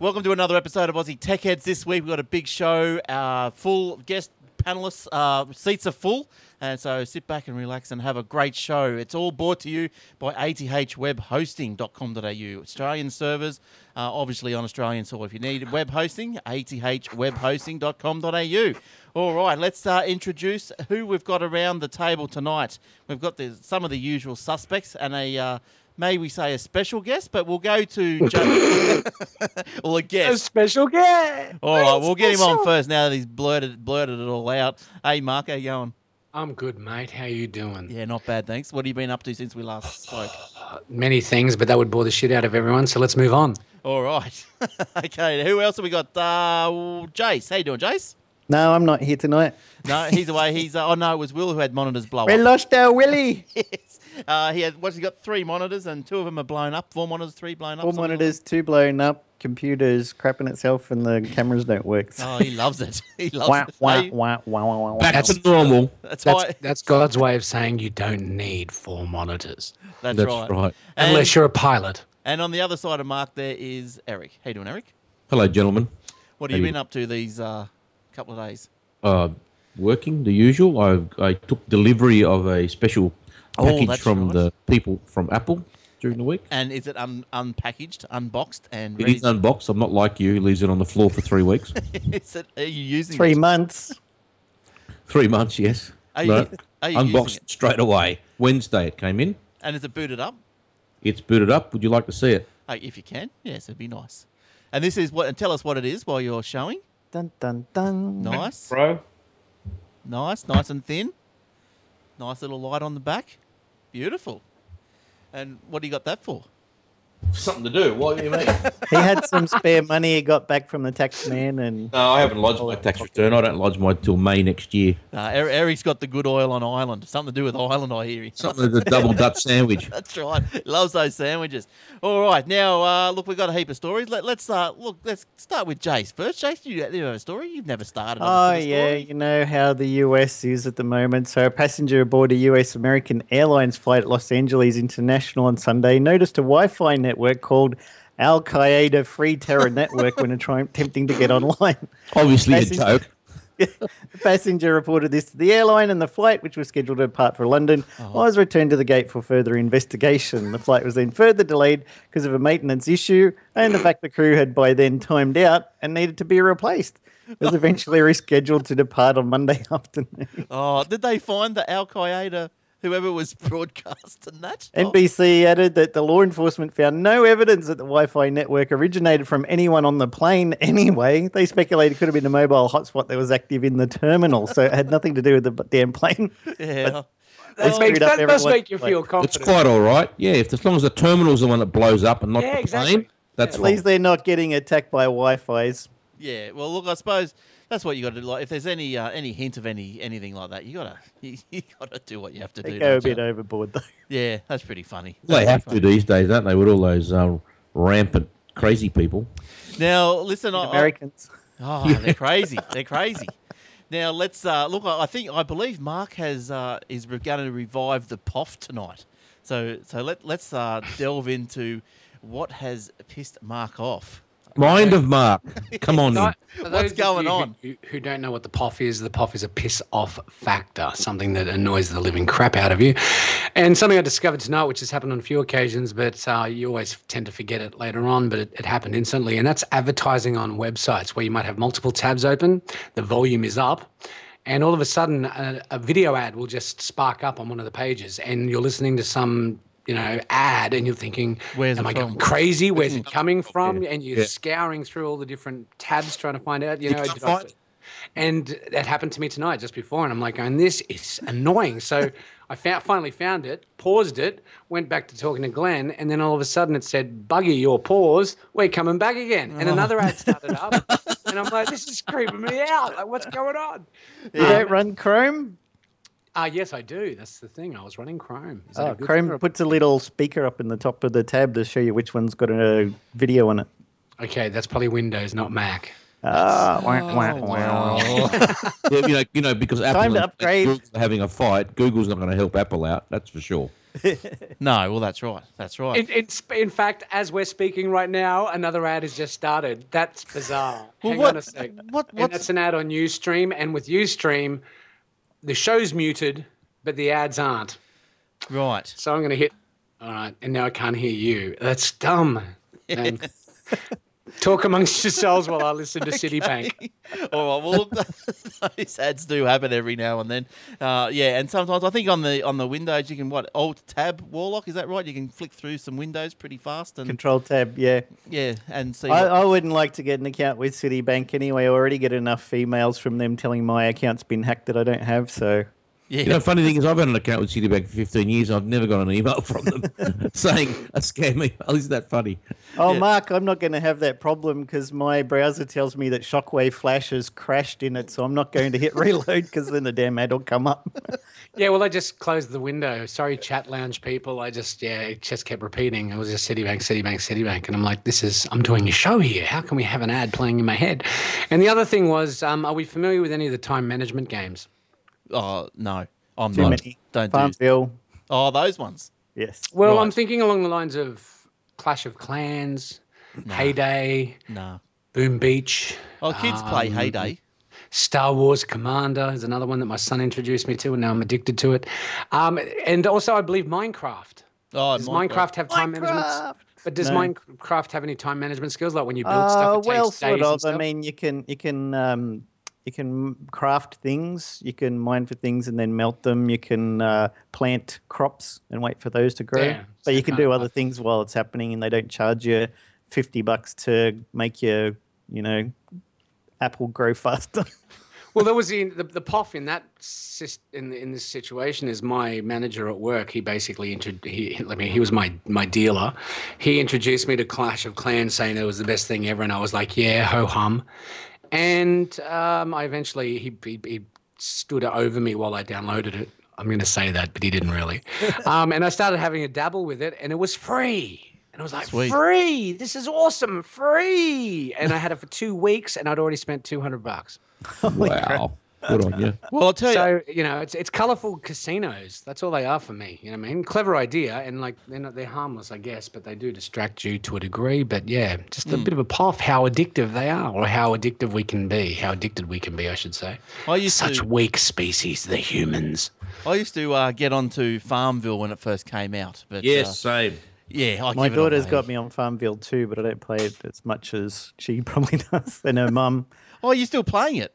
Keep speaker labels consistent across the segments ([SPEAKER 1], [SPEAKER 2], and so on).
[SPEAKER 1] Welcome to another episode of Aussie Tech Heads. This week we've got a big show, uh, full guest panelists, uh, seats are full, and so sit back and relax and have a great show. It's all brought to you by athwebhosting.com.au. Australian servers, uh, obviously on Australian soil. If you need web hosting, athwebhosting.com.au. All right, let's uh, introduce who we've got around the table tonight. We've got the, some of the usual suspects and a. Uh, May we say a special guest, but we'll go to Joe. or a
[SPEAKER 2] a
[SPEAKER 1] guest.
[SPEAKER 2] special guest.
[SPEAKER 1] All right, we'll get him on
[SPEAKER 2] Special.
[SPEAKER 1] first now that he's blurted blurted it all out. Hey, Mark, how you going?
[SPEAKER 2] I'm good, mate. How you doing?
[SPEAKER 1] Yeah, not bad, thanks. What have you been up to since we last spoke?
[SPEAKER 2] Many things, but that would bore the shit out of everyone. So let's move on.
[SPEAKER 1] All right. okay, who else have we got? Uh, Jace. How you doing, Jace?
[SPEAKER 3] No, I'm not here tonight.
[SPEAKER 1] No, he's away. He's uh, oh no, it was Will who had monitors blow
[SPEAKER 3] We
[SPEAKER 1] up.
[SPEAKER 3] lost our Willie.
[SPEAKER 1] Yes. Uh, he had what's he got? Three monitors and two of them are blown up. Four monitors, three blown up.
[SPEAKER 3] All
[SPEAKER 1] something like
[SPEAKER 3] monitors, two blown up, computers crapping itself, and the cameras don't work.
[SPEAKER 1] that. Oh, he loves it. He loves
[SPEAKER 3] Wah,
[SPEAKER 1] it.
[SPEAKER 3] wah,
[SPEAKER 1] Hey,
[SPEAKER 3] wah, wah, wah, wah, wah.
[SPEAKER 2] That's
[SPEAKER 4] That's normal.
[SPEAKER 1] that's
[SPEAKER 2] that's,
[SPEAKER 1] right.
[SPEAKER 2] that's God's way of saying you don't need four monitors
[SPEAKER 1] That's,
[SPEAKER 4] That's
[SPEAKER 1] right.
[SPEAKER 4] right.
[SPEAKER 1] And,
[SPEAKER 2] unless you're a pilot.
[SPEAKER 1] and on the other side of Mark, there is Eric. How you doing, Eric?
[SPEAKER 4] Hello, gentlemen.
[SPEAKER 1] What have you
[SPEAKER 4] Hey.
[SPEAKER 1] been up to these uh, couple of days?
[SPEAKER 4] Uh, working the usual. I, I took delivery of a special
[SPEAKER 1] Oh,
[SPEAKER 4] package
[SPEAKER 1] that's
[SPEAKER 4] from
[SPEAKER 1] nice.
[SPEAKER 4] the people from Apple during the week.
[SPEAKER 1] And is it un- unpackaged, unboxed, and
[SPEAKER 4] It
[SPEAKER 1] ready?
[SPEAKER 4] is unboxed. I'm not like you. who leaves it on the floor for three weeks,
[SPEAKER 1] Is it- are you using
[SPEAKER 3] Three
[SPEAKER 1] it?
[SPEAKER 3] months.
[SPEAKER 4] three months. Yes,
[SPEAKER 1] Are you-
[SPEAKER 4] no,
[SPEAKER 1] are you using
[SPEAKER 4] unboxed
[SPEAKER 1] it?
[SPEAKER 4] straight away. Wednesday it came in.
[SPEAKER 1] And is it booted up?
[SPEAKER 4] It's booted up. Would you like to see it?
[SPEAKER 1] Like, if you can, yes, it'd be nice. And this is what. And tell us what it is while you're showing.
[SPEAKER 3] Dun, dun, dun.
[SPEAKER 1] Nice,
[SPEAKER 5] bro.
[SPEAKER 1] nice, nice and thin. Nice little light on the back. Beautiful. And what do you got that for?
[SPEAKER 4] Something to do. What do you mean?
[SPEAKER 3] He had some spare money he got back from the tax man, and
[SPEAKER 4] no, I haven't lodged my tax return. I don't lodge mine till May next year.
[SPEAKER 1] Uh, Er- Eric's got the good oil on Ireland. Something to do with Ireland, I hear.
[SPEAKER 4] Something with a double Dutch sandwich.
[SPEAKER 1] That's right. Loves those sandwiches. All right, now uh, look, we've got a heap of stories. Let, let's uh, look. Let's start with Jace first. Jace, you, you have a story. You've never started.
[SPEAKER 3] oh
[SPEAKER 1] on a
[SPEAKER 3] yeah,
[SPEAKER 1] story.
[SPEAKER 3] you know how the U.S. is at the moment. So a passenger aboard a U.S. American Airlines flight at Los Angeles International on Sunday noticed a Wi-Fi network called Al Qaeda Free Terror Network when try- attempting to get online.
[SPEAKER 4] Obviously a
[SPEAKER 3] That's-
[SPEAKER 4] joke.
[SPEAKER 3] The passenger reported this to the airline, and the flight, which was scheduled to depart for London, was returned to the gate for further investigation. The flight was then further delayed because of a maintenance issue and the fact the crew had by then timed out and needed to be replaced. It was eventually rescheduled to depart on Monday afternoon.
[SPEAKER 1] Oh, did they find the Al Qaeda, whoever was broadcasting that? Oh,
[SPEAKER 3] NBC added that the law enforcement found no evidence that the Wi Fi network originated from anyone on the plane anyway. They speculated it could have been a mobile hotspot that was active in the terminal, so it had nothing to do with the b- damn plane.
[SPEAKER 1] Oh, yeah.
[SPEAKER 3] They
[SPEAKER 2] That,
[SPEAKER 3] screwed
[SPEAKER 2] makes,
[SPEAKER 3] up
[SPEAKER 2] Oh, that must
[SPEAKER 3] everyone.
[SPEAKER 2] make you
[SPEAKER 3] Like,
[SPEAKER 2] feel
[SPEAKER 4] It's
[SPEAKER 2] confident.
[SPEAKER 4] quite all right. Yeah, if as long as the terminal's the one that blows up and not
[SPEAKER 2] Yeah,
[SPEAKER 4] the
[SPEAKER 2] exactly.
[SPEAKER 4] plane, that's
[SPEAKER 3] At least
[SPEAKER 4] fine.
[SPEAKER 3] they're not getting attacked by Wi-Fi's.
[SPEAKER 1] yeah. Well, look, I suppose that's what you got to do. Like, if there's any uh, any hint of any anything like that, you gotta you, you gotta do what you have to
[SPEAKER 3] They
[SPEAKER 1] do.
[SPEAKER 3] go a
[SPEAKER 1] don't you?
[SPEAKER 3] bit overboard though.
[SPEAKER 1] Yeah, that's pretty funny.
[SPEAKER 4] Well, they
[SPEAKER 1] That's
[SPEAKER 4] have
[SPEAKER 1] pretty
[SPEAKER 4] to these days, don't they? With all those uh, rampant crazy people.
[SPEAKER 1] funny. Now, listen, I, I,
[SPEAKER 3] Americans.
[SPEAKER 1] Oh, they're crazy. They're crazy. Now let's uh, look. I I think I believe Mark has uh, is going to revive the POF tonight. So so let let's uh, delve into what has pissed Mark off
[SPEAKER 4] Mind of Mark. Come on. in.
[SPEAKER 2] For
[SPEAKER 1] What's
[SPEAKER 2] those of
[SPEAKER 1] going
[SPEAKER 2] you who-
[SPEAKER 1] on?
[SPEAKER 2] Who, who don't know what the POF is, the POF is a piss off factor, something that annoys the living crap out of you. And something I discovered tonight, which has happened on a few occasions, but uh, you always tend to forget it later on, but it, it happened instantly. And that's advertising on websites where you might have multiple tabs open, the volume is up. And all of a sudden, a, a video ad will just spark up on one of the pages, and you're listening to some, you know, ad, and you're thinking,
[SPEAKER 1] Where's
[SPEAKER 2] "Am
[SPEAKER 1] it
[SPEAKER 2] I
[SPEAKER 1] from?
[SPEAKER 2] going crazy? Where's it coming from?" And you're
[SPEAKER 4] Yeah.
[SPEAKER 2] scouring through all the different tabs trying to find out, you know.
[SPEAKER 4] can't
[SPEAKER 2] did I-
[SPEAKER 4] find it.
[SPEAKER 2] and that happened to me tonight just before, and I'm like, "And this is annoying." So I found, finally found it, paused it, went back to talking to Glenn, and then all of a sudden it said, "Buggy, your pause. We're coming back again."
[SPEAKER 4] Oh.
[SPEAKER 2] And another ad started up, and I'm like, "This is creeping me out. Like, what's going on?"
[SPEAKER 3] You don't run Chrome?
[SPEAKER 2] Ah, yes, I do. That's the thing. I was running Chrome. Is that
[SPEAKER 3] Oh,
[SPEAKER 2] a good
[SPEAKER 3] Chrome
[SPEAKER 2] thing or a-
[SPEAKER 3] puts a little speaker up in the top of the tab to show you which one's got a video on it.
[SPEAKER 2] Okay, that's probably Windows, not Mac.
[SPEAKER 3] Ah, wah, wah, wah.
[SPEAKER 4] Yeah, you know, you know, because Apple
[SPEAKER 3] to
[SPEAKER 4] and- and
[SPEAKER 3] upgrade.
[SPEAKER 4] Google's are having a fight. Google's not going to help Apple out. That's for sure.
[SPEAKER 1] No, well, that's right. That's right.
[SPEAKER 2] In, in, sp- in fact, as we're speaking right now, another ad has just started. That's bizarre.
[SPEAKER 1] Well,
[SPEAKER 2] Hang
[SPEAKER 1] what-
[SPEAKER 2] on a sec.
[SPEAKER 1] what-
[SPEAKER 2] and
[SPEAKER 1] what's-
[SPEAKER 2] that's an ad on Ustream, and with Ustream, the show's muted, but the ads aren't.
[SPEAKER 1] right.
[SPEAKER 2] So I'm going to hit. All right, and now I can't hear you. That's dumb. Um, talk amongst yourselves while I listen to Citibank.
[SPEAKER 1] All right. Well, look, those ads do happen every now and then. Uh, yeah, and sometimes I think on the on the Windows you can what Alt Tab Warlock is that right? You can flick through some windows pretty fast and
[SPEAKER 3] Control tab, yeah.
[SPEAKER 1] yeah, and see.
[SPEAKER 3] I,
[SPEAKER 1] what-
[SPEAKER 3] I wouldn't like to get an account with Citibank anyway. I already get enough emails from them telling my account's been hacked that I don't have, so.
[SPEAKER 4] You know,
[SPEAKER 1] yeah.
[SPEAKER 4] funny thing is, I've had an account with Citibank for 15 years. and I've never got an email from them saying a scam email. Isn't that funny?
[SPEAKER 3] Oh,
[SPEAKER 1] Yeah.
[SPEAKER 3] Mark, I'm not going to have that problem because my browser tells me that Shockwave Flash has crashed in it, so I'm not going to hit reload because then the damn ad will come up.
[SPEAKER 2] Yeah, well, I just closed the window. Sorry, chat lounge people. I just, yeah, it just kept repeating. It was just Citibank, Citibank, Citibank. And I'm like, this is, I'm doing a show here. How can we have an ad playing in my head? And the other thing was, um, are we familiar with any of the time management games?
[SPEAKER 1] Oh no, I'm
[SPEAKER 3] Too
[SPEAKER 1] not.
[SPEAKER 3] many.
[SPEAKER 1] Don't do.
[SPEAKER 3] Farmville,
[SPEAKER 1] Oh, those ones.
[SPEAKER 3] yes.
[SPEAKER 2] Well, I'm
[SPEAKER 1] Right.
[SPEAKER 2] thinking along the lines of Clash of Clans, Heyday,
[SPEAKER 1] No.
[SPEAKER 2] Boom Beach,
[SPEAKER 1] Oh, kids play
[SPEAKER 2] Um,
[SPEAKER 1] Heyday.
[SPEAKER 2] Star Wars Commander is another one that my son introduced me to, and now I'm addicted to it. Um, and also, I believe Minecraft.
[SPEAKER 1] Oh,
[SPEAKER 2] Does Minecraft, have time
[SPEAKER 3] Minecraft!
[SPEAKER 2] management? But does
[SPEAKER 3] No.
[SPEAKER 2] Minecraft have any time management skills? Like when you build
[SPEAKER 3] Uh,
[SPEAKER 2] stuff, it
[SPEAKER 3] well,
[SPEAKER 2] takes
[SPEAKER 3] sort
[SPEAKER 2] days and
[SPEAKER 3] of. I
[SPEAKER 2] stuff?
[SPEAKER 3] mean, you can you can um, you can craft things, you can mine for things and then melt them. You can uh, plant crops and wait for those to grow.
[SPEAKER 2] Yeah,
[SPEAKER 3] but you
[SPEAKER 2] same
[SPEAKER 3] can
[SPEAKER 2] kind
[SPEAKER 3] do
[SPEAKER 2] of
[SPEAKER 3] other things while it's happening, and they don't charge you fifty bucks to make your you know apple grow faster.
[SPEAKER 2] well, there was the, the the poff in that sys- in in this situation is my manager at work. He basically intro- he let me he was my my dealer. He introduced me to Clash of Clans, saying it was the best thing ever, and I was like, yeah, ho hum. And um, I eventually he, he he stood over me while I downloaded it. I'm going to say that, but he didn't really. um, and I started having a dabble with it, and it was free. And I was like,
[SPEAKER 1] Sweet.
[SPEAKER 2] free! This is awesome, free! And I had it for two weeks, and I'd already spent two hundred bucks.
[SPEAKER 4] Wow. Good on you.
[SPEAKER 1] Well, I'll tell you.
[SPEAKER 2] So you know, it's it's colorful casinos. That's all they are for me. You know what I mean? Clever idea, and like they're not, they're harmless, I guess, but they do distract you to a degree. But yeah, just
[SPEAKER 1] Hmm.
[SPEAKER 2] a bit of a puff. How addictive they are, or how addictive we can be. How addicted we can be, I should say.
[SPEAKER 1] I used
[SPEAKER 2] Such
[SPEAKER 1] to-
[SPEAKER 2] weak species, the humans.
[SPEAKER 1] I used to uh, get onto Farmville when it first came out, but uh,
[SPEAKER 4] same.
[SPEAKER 1] yeah, I
[SPEAKER 3] My
[SPEAKER 1] give it
[SPEAKER 3] daughter's
[SPEAKER 1] away.
[SPEAKER 3] got me on Farmville too, but I don't play it as much as she probably does, and her mum.
[SPEAKER 1] Oh, you're still playing it?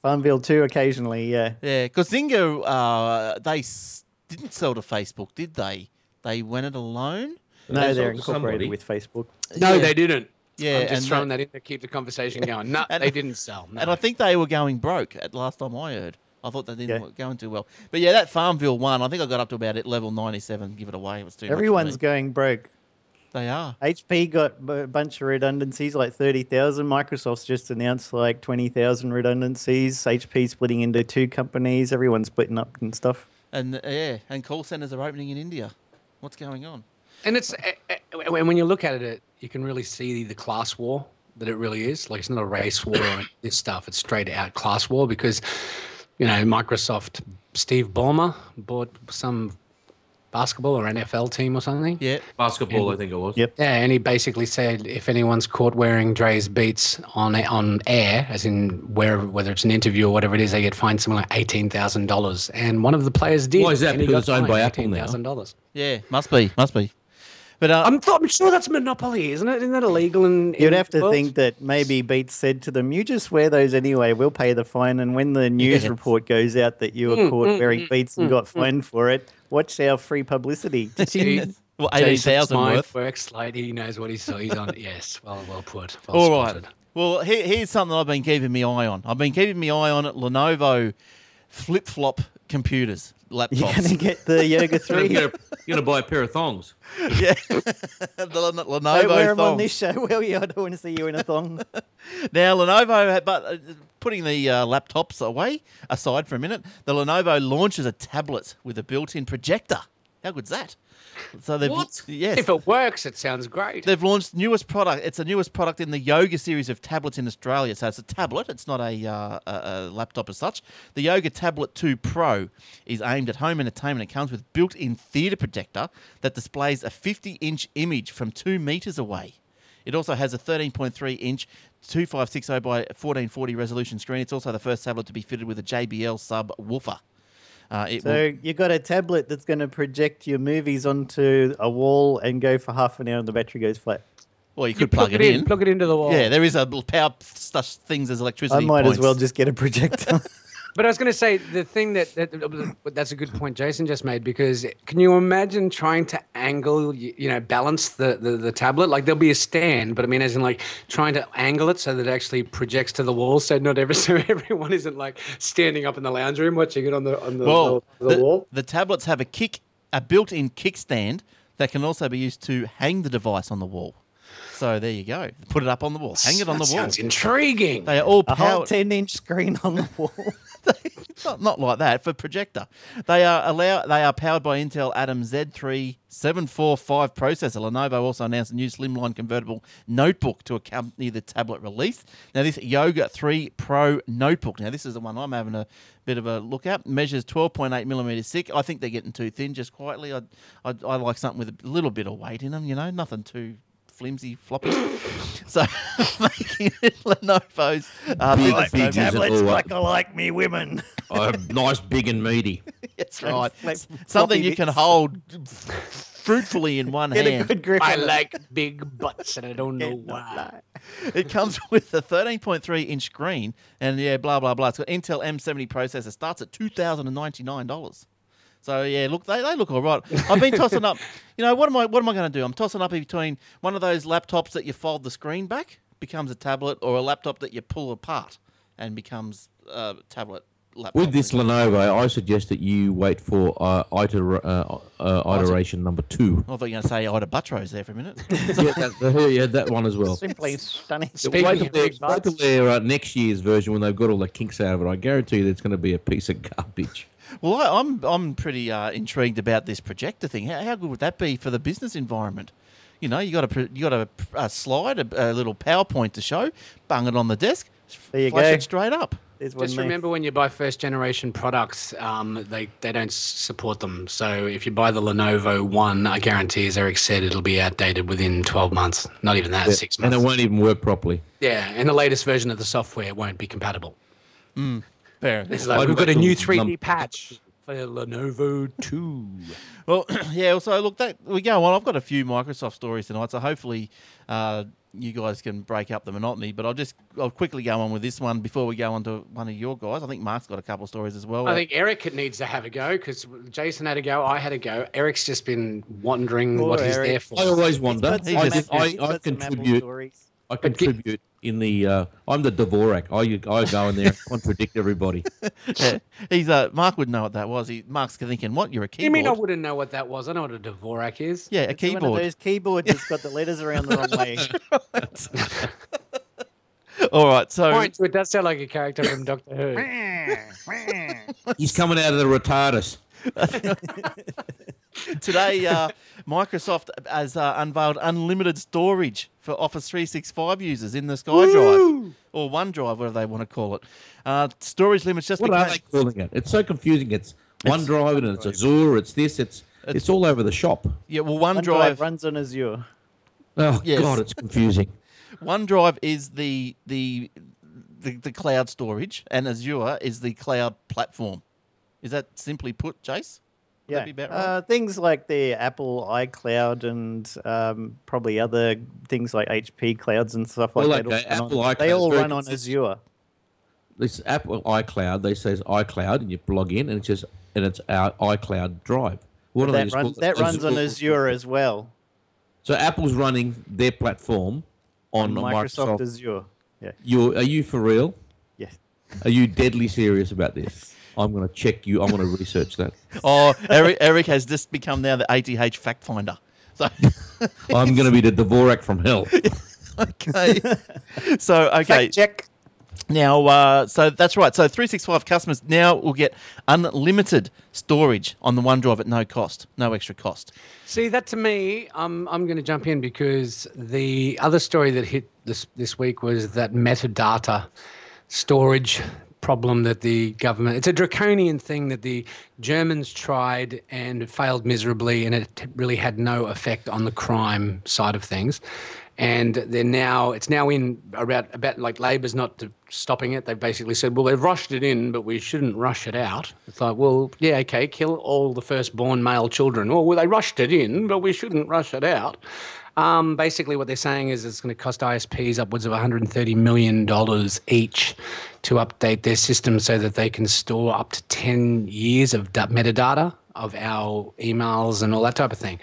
[SPEAKER 3] Farmville too occasionally, yeah.
[SPEAKER 1] Yeah, because Zynga, uh, they s- didn't sell to Facebook, did they? They went it alone.
[SPEAKER 3] No,
[SPEAKER 4] There's
[SPEAKER 3] they're
[SPEAKER 4] also somebody-
[SPEAKER 3] incorporated with Facebook.
[SPEAKER 2] No,
[SPEAKER 1] Yeah.
[SPEAKER 2] they didn't.
[SPEAKER 1] Yeah,
[SPEAKER 2] I'm
[SPEAKER 1] and
[SPEAKER 2] just throwing that, in to keep the conversation going. No,
[SPEAKER 1] And-
[SPEAKER 2] they didn't sell. No.
[SPEAKER 1] And I think they were going broke at last time I heard. I thought they didn't
[SPEAKER 3] Yeah.
[SPEAKER 1] go going too well. But yeah, that Farmville one, I think I got up to about it level 97, give it away. It was too much for
[SPEAKER 3] Everyone's
[SPEAKER 1] me.
[SPEAKER 3] going broke.
[SPEAKER 1] They are.
[SPEAKER 3] HP got b- a bunch of redundancies, like 30,000. Microsoft's just announced like 20,000 redundancies. HP splitting into two companies. Everyone's splitting up and stuff.
[SPEAKER 1] And uh, yeah, and call centers are opening in India. What's going on?
[SPEAKER 2] And it's eh, eh, when when you look at it, you can really see the class war that it really is. Like it's not a race war or this stuff. It's straight out class war because, you know, Microsoft, Steve Ballmer bought some basketball or NFL team or something.
[SPEAKER 1] Yeah.
[SPEAKER 4] Basketball, I think it was.
[SPEAKER 3] Yep.
[SPEAKER 2] Yeah, and he basically said if anyone's caught wearing Dre's beats on on air, as in where whether it's an interview or whatever it is, they get fined something like eighteen thousand dollars. And one of the players did.
[SPEAKER 4] Why is that?
[SPEAKER 2] and he
[SPEAKER 4] Because
[SPEAKER 2] got
[SPEAKER 4] it's owned by
[SPEAKER 2] fined
[SPEAKER 4] Apple now.
[SPEAKER 2] $18,000.
[SPEAKER 1] Yeah. Must be. Must be. But uh,
[SPEAKER 2] I'm, th- I'm sure that's monopoly, isn't it? Isn't that illegal? In, in
[SPEAKER 3] You'd have
[SPEAKER 2] the
[SPEAKER 3] to
[SPEAKER 2] world?
[SPEAKER 3] think that maybe Beats said to them, "You just wear those anyway. We'll pay the fine." And when the news
[SPEAKER 1] Yes.
[SPEAKER 3] report goes out that you were caught wearing Beats and got fined for it, watch our free publicity.
[SPEAKER 2] Dude,
[SPEAKER 1] well, eighteen
[SPEAKER 2] Jason's
[SPEAKER 1] thousand
[SPEAKER 2] mind
[SPEAKER 1] worth.
[SPEAKER 2] Works like he knows what he's, he's on. yes, well, well put. Well
[SPEAKER 1] All right.
[SPEAKER 2] spotted.
[SPEAKER 1] Well, here, here's something I've been keeping my eye on. I've been keeping my eye on Lenovo flip flop computers,
[SPEAKER 3] You're
[SPEAKER 1] laptops.
[SPEAKER 3] gonna get the Yoga
[SPEAKER 4] You're
[SPEAKER 3] Three.
[SPEAKER 4] gonna, you're gonna buy a pair of thongs.
[SPEAKER 1] yeah. the Len- Lenovo
[SPEAKER 3] Don't wear 'em on
[SPEAKER 1] thongs.
[SPEAKER 3] this show, will you? I don't want to see you in a thong.
[SPEAKER 1] Now, Lenovo, had- but uh, putting the uh, laptops away aside for a minute, the Lenovo launches a tablet with a built-in projector. How good's that? So they've
[SPEAKER 4] What?
[SPEAKER 1] yes,
[SPEAKER 2] If it works, it sounds great.
[SPEAKER 1] they've launched newest product. It's the newest product in the Yoga series of tablets in Australia. So it's a tablet. It's not a, uh, a, a laptop as such. The Yoga Tablet 2 Pro is aimed at home entertainment. It comes with built-in theatre projector that displays a 50-inch image from two meters away. It also has a 13.3 inch 2560 by 1440 resolution screen. It's also the first tablet to be fitted with a JBL subwoofer. Uh, it will-
[SPEAKER 3] So you got a tablet that's going to project your movies onto a wall and go for half an hour, and the battery goes flat.
[SPEAKER 1] well, you could plug, it in.
[SPEAKER 2] Plug it into the wall.
[SPEAKER 1] yeah, there is a little power stuff things as
[SPEAKER 3] I
[SPEAKER 1] electricity.
[SPEAKER 3] might as
[SPEAKER 1] points.
[SPEAKER 3] well just get a projector.
[SPEAKER 2] But I was going to say the thing that, that that's a good point Jason just made because can you imagine trying to angle y- you know balance the, the the tablet like there'll be a stand but I mean as in like trying to angle it so that it actually projects to the wall so not every so everyone isn't like standing up in the lounge room watching it on the on the,
[SPEAKER 1] Well,
[SPEAKER 2] the, the wall.
[SPEAKER 1] the tablets have a kick, a built-in kickstand that can also be used to hang the device on the wall. So there you go. Put it up on the wall. Hang it on
[SPEAKER 2] That
[SPEAKER 1] the wall.
[SPEAKER 2] Sounds intriguing.
[SPEAKER 1] They are all
[SPEAKER 3] a whole
[SPEAKER 1] powered.
[SPEAKER 3] ten-inch screen on the wall.
[SPEAKER 1] not, not like that for projector. They are allow. They are powered by Intel Atom Z3 745 processor. Lenovo also announced a new slimline convertible notebook to accompany the tablet release. Now this Yoga 3 Pro notebook. Now this is the one I'm having a bit of a look at. Measures 12.8 millimeters thick. I think they're getting too thin. Just quietly, I I, I like something with a little bit of weight in them. You know, nothing too. Flimsy, floppy. so, making it Lenovo's uh,
[SPEAKER 4] Big
[SPEAKER 1] biggest
[SPEAKER 4] features
[SPEAKER 1] notebook.
[SPEAKER 4] Tablets, all right.
[SPEAKER 3] like me women.
[SPEAKER 4] Oh, nice, big and meaty.
[SPEAKER 1] That's
[SPEAKER 3] And
[SPEAKER 1] right.
[SPEAKER 3] like
[SPEAKER 1] S-
[SPEAKER 3] floppy
[SPEAKER 1] Something you can
[SPEAKER 3] bits.
[SPEAKER 1] hold fruitfully in one
[SPEAKER 3] Get a
[SPEAKER 1] hand.
[SPEAKER 3] good grip.
[SPEAKER 2] I
[SPEAKER 3] on it.
[SPEAKER 2] like big butts and I don't
[SPEAKER 4] Oh,
[SPEAKER 2] know why.
[SPEAKER 1] It comes with a 13.3 inch screen and yeah, blah blah blah. It's got Intel M70 processor. Starts at two thousand and ninety nine dollars. So yeah, look, they, they look all right. I've been tossing up. You know what am I what am I going to do? I'm tossing up between one of those laptops that you fold the screen back becomes a tablet, or a laptop that you pull apart and becomes a tablet laptop.
[SPEAKER 4] With this Lenovo, I suggest that you wait for uh, iter- uh, uh, iteration number two.
[SPEAKER 1] I thought you were going to say "Oh, Ida Buttrose there for a minute.
[SPEAKER 4] yeah, that, the- yeah, that one as well.
[SPEAKER 3] Simply stunning.
[SPEAKER 2] Speaking
[SPEAKER 4] Wait
[SPEAKER 2] of
[SPEAKER 4] till their,
[SPEAKER 2] big
[SPEAKER 4] wait till
[SPEAKER 2] butts,
[SPEAKER 4] their uh, next year's version when they've got all the kinks out of it. I guarantee you, it's going to be a piece of garbage.
[SPEAKER 1] Well, I, I'm I'm pretty uh, intrigued about this projector thing. How, how good would that be for the business environment? You know, you got a pro- you got a, a slide, a, a little PowerPoint to show, bung it on the desk, f-
[SPEAKER 3] There you
[SPEAKER 1] flash
[SPEAKER 3] go.
[SPEAKER 1] it straight up.
[SPEAKER 3] There's one
[SPEAKER 2] Just
[SPEAKER 3] there.
[SPEAKER 2] remember when you buy first generation products, um, they, they don't s- support them. So if you buy the Lenovo one, I guarantee, as Eric said, it'll be outdated within 12 months. Not even that, six
[SPEAKER 4] and
[SPEAKER 2] months.
[SPEAKER 4] it won't e- even work properly.
[SPEAKER 2] yeah, and the latest version of the software won't be compatible.
[SPEAKER 1] Fair.
[SPEAKER 2] It's like,
[SPEAKER 4] I'd
[SPEAKER 2] we've got a
[SPEAKER 4] wait
[SPEAKER 2] new
[SPEAKER 4] till the
[SPEAKER 2] 3D
[SPEAKER 4] num-
[SPEAKER 2] patch for Lenovo 2.
[SPEAKER 1] Well, yeah. So look, that we go on. I've got a few Microsoft stories tonight, so hopefully uh, you guys can break up the monotony. But I'll just I'll quickly go on with this one before we go on to one of your guys. I think Mark's got a couple of stories as well.
[SPEAKER 2] I think Eric needs to have a go because Jason had a go, I had a go. Eric's just been wondering
[SPEAKER 3] Poor
[SPEAKER 2] what he's
[SPEAKER 3] Eric.
[SPEAKER 2] there
[SPEAKER 4] I
[SPEAKER 2] for.
[SPEAKER 4] always wonder.
[SPEAKER 3] But
[SPEAKER 1] He
[SPEAKER 4] I,
[SPEAKER 1] just-
[SPEAKER 4] I, I
[SPEAKER 3] That's some Apple
[SPEAKER 4] contribute.
[SPEAKER 3] stories.
[SPEAKER 4] I
[SPEAKER 2] But get-
[SPEAKER 4] contribute in the. Uh, I'm the Dvorak. I, I go in there and contradict everybody.
[SPEAKER 1] Yeah. he's uh, Mark would know what that was. He, Mark's thinking, "What? You're a keyboard?
[SPEAKER 2] You mean I wouldn't know what that was? I know what a Dvorak is.
[SPEAKER 1] yeah, a
[SPEAKER 3] It's One of
[SPEAKER 1] keyboard."
[SPEAKER 3] those keyboards that's got the letters around the wrong way.
[SPEAKER 1] All right, so
[SPEAKER 2] Point to Oh, it does sound like a character from Doctor Who.
[SPEAKER 4] He's coming out of the retardus.
[SPEAKER 1] today uh, Microsoft has uh, unveiled unlimited storage for Office 365 users in the SkyDrive or OneDrive, whatever they want to call it. Uh, storage limits just
[SPEAKER 4] What
[SPEAKER 1] became
[SPEAKER 4] are they calling it? It's so confusing. It's OneDrive and it's Azure. It's this. It's It's, all over the shop.
[SPEAKER 1] Yeah, well,
[SPEAKER 3] OneDrive
[SPEAKER 1] OneDrive,
[SPEAKER 3] runs on Azure.
[SPEAKER 4] Oh
[SPEAKER 1] Yes.
[SPEAKER 4] God, it's confusing.
[SPEAKER 1] OneDrive is the the the, the cloud storage, and Azure is the cloud platform. Is that simply put, Jace? Would that
[SPEAKER 3] Yeah,
[SPEAKER 1] be about right?
[SPEAKER 3] uh, things like the Apple iCloud and um, probably other things like HP clouds and stuff like
[SPEAKER 4] Well,
[SPEAKER 3] that. all
[SPEAKER 4] okay,
[SPEAKER 3] run on-
[SPEAKER 4] Apple
[SPEAKER 3] they
[SPEAKER 4] iCloud's
[SPEAKER 3] all
[SPEAKER 4] very
[SPEAKER 3] run on
[SPEAKER 4] consistent.
[SPEAKER 3] Azure.
[SPEAKER 4] This Apple iCloud, they say it's iCloud, and you plug in, and it's just and it's our iCloud drive. What do they
[SPEAKER 3] That,
[SPEAKER 4] just
[SPEAKER 3] runs
[SPEAKER 4] call it?
[SPEAKER 3] that runs on
[SPEAKER 4] Azure.
[SPEAKER 3] Azure as well.
[SPEAKER 4] So Apple's running their platform on
[SPEAKER 3] Microsoft,
[SPEAKER 4] Microsoft.
[SPEAKER 3] Azure. Yeah.
[SPEAKER 4] you are you for real?
[SPEAKER 3] Yeah.
[SPEAKER 4] Are you deadly serious about this? I'm going to check you. I'm going to research that.
[SPEAKER 1] Oh, Eric, Eric has just become now the ATH fact finder. So,
[SPEAKER 4] I'm going to be the Dvorak from hell.
[SPEAKER 3] Oh,
[SPEAKER 1] okay. So, okay.
[SPEAKER 3] Fact check.
[SPEAKER 1] Now, uh, so that's right. So, 365 customers now will get unlimited storage on the OneDrive at no cost, no extra cost.
[SPEAKER 2] See, that to me, um, I'm going to jump in because the other story that hit this, this week was that metadata storage problem that the government, it's a draconian thing that the Germans tried and failed miserably, and it really had no effect on the crime side of things. And they're now, it's now in about, about like Labor's not to- stopping it. They've basically said, well, they've rushed it in, but we shouldn't rush it out. It's like, well, yeah, okay, kill all the firstborn male children. Or, well, they rushed it in, but we shouldn't rush it out. Um, basically, what they're saying is it's going to cost ISPs upwards of $130 million each to update their system so that they can store up to 10 years of da- metadata of our emails and all that type of thing.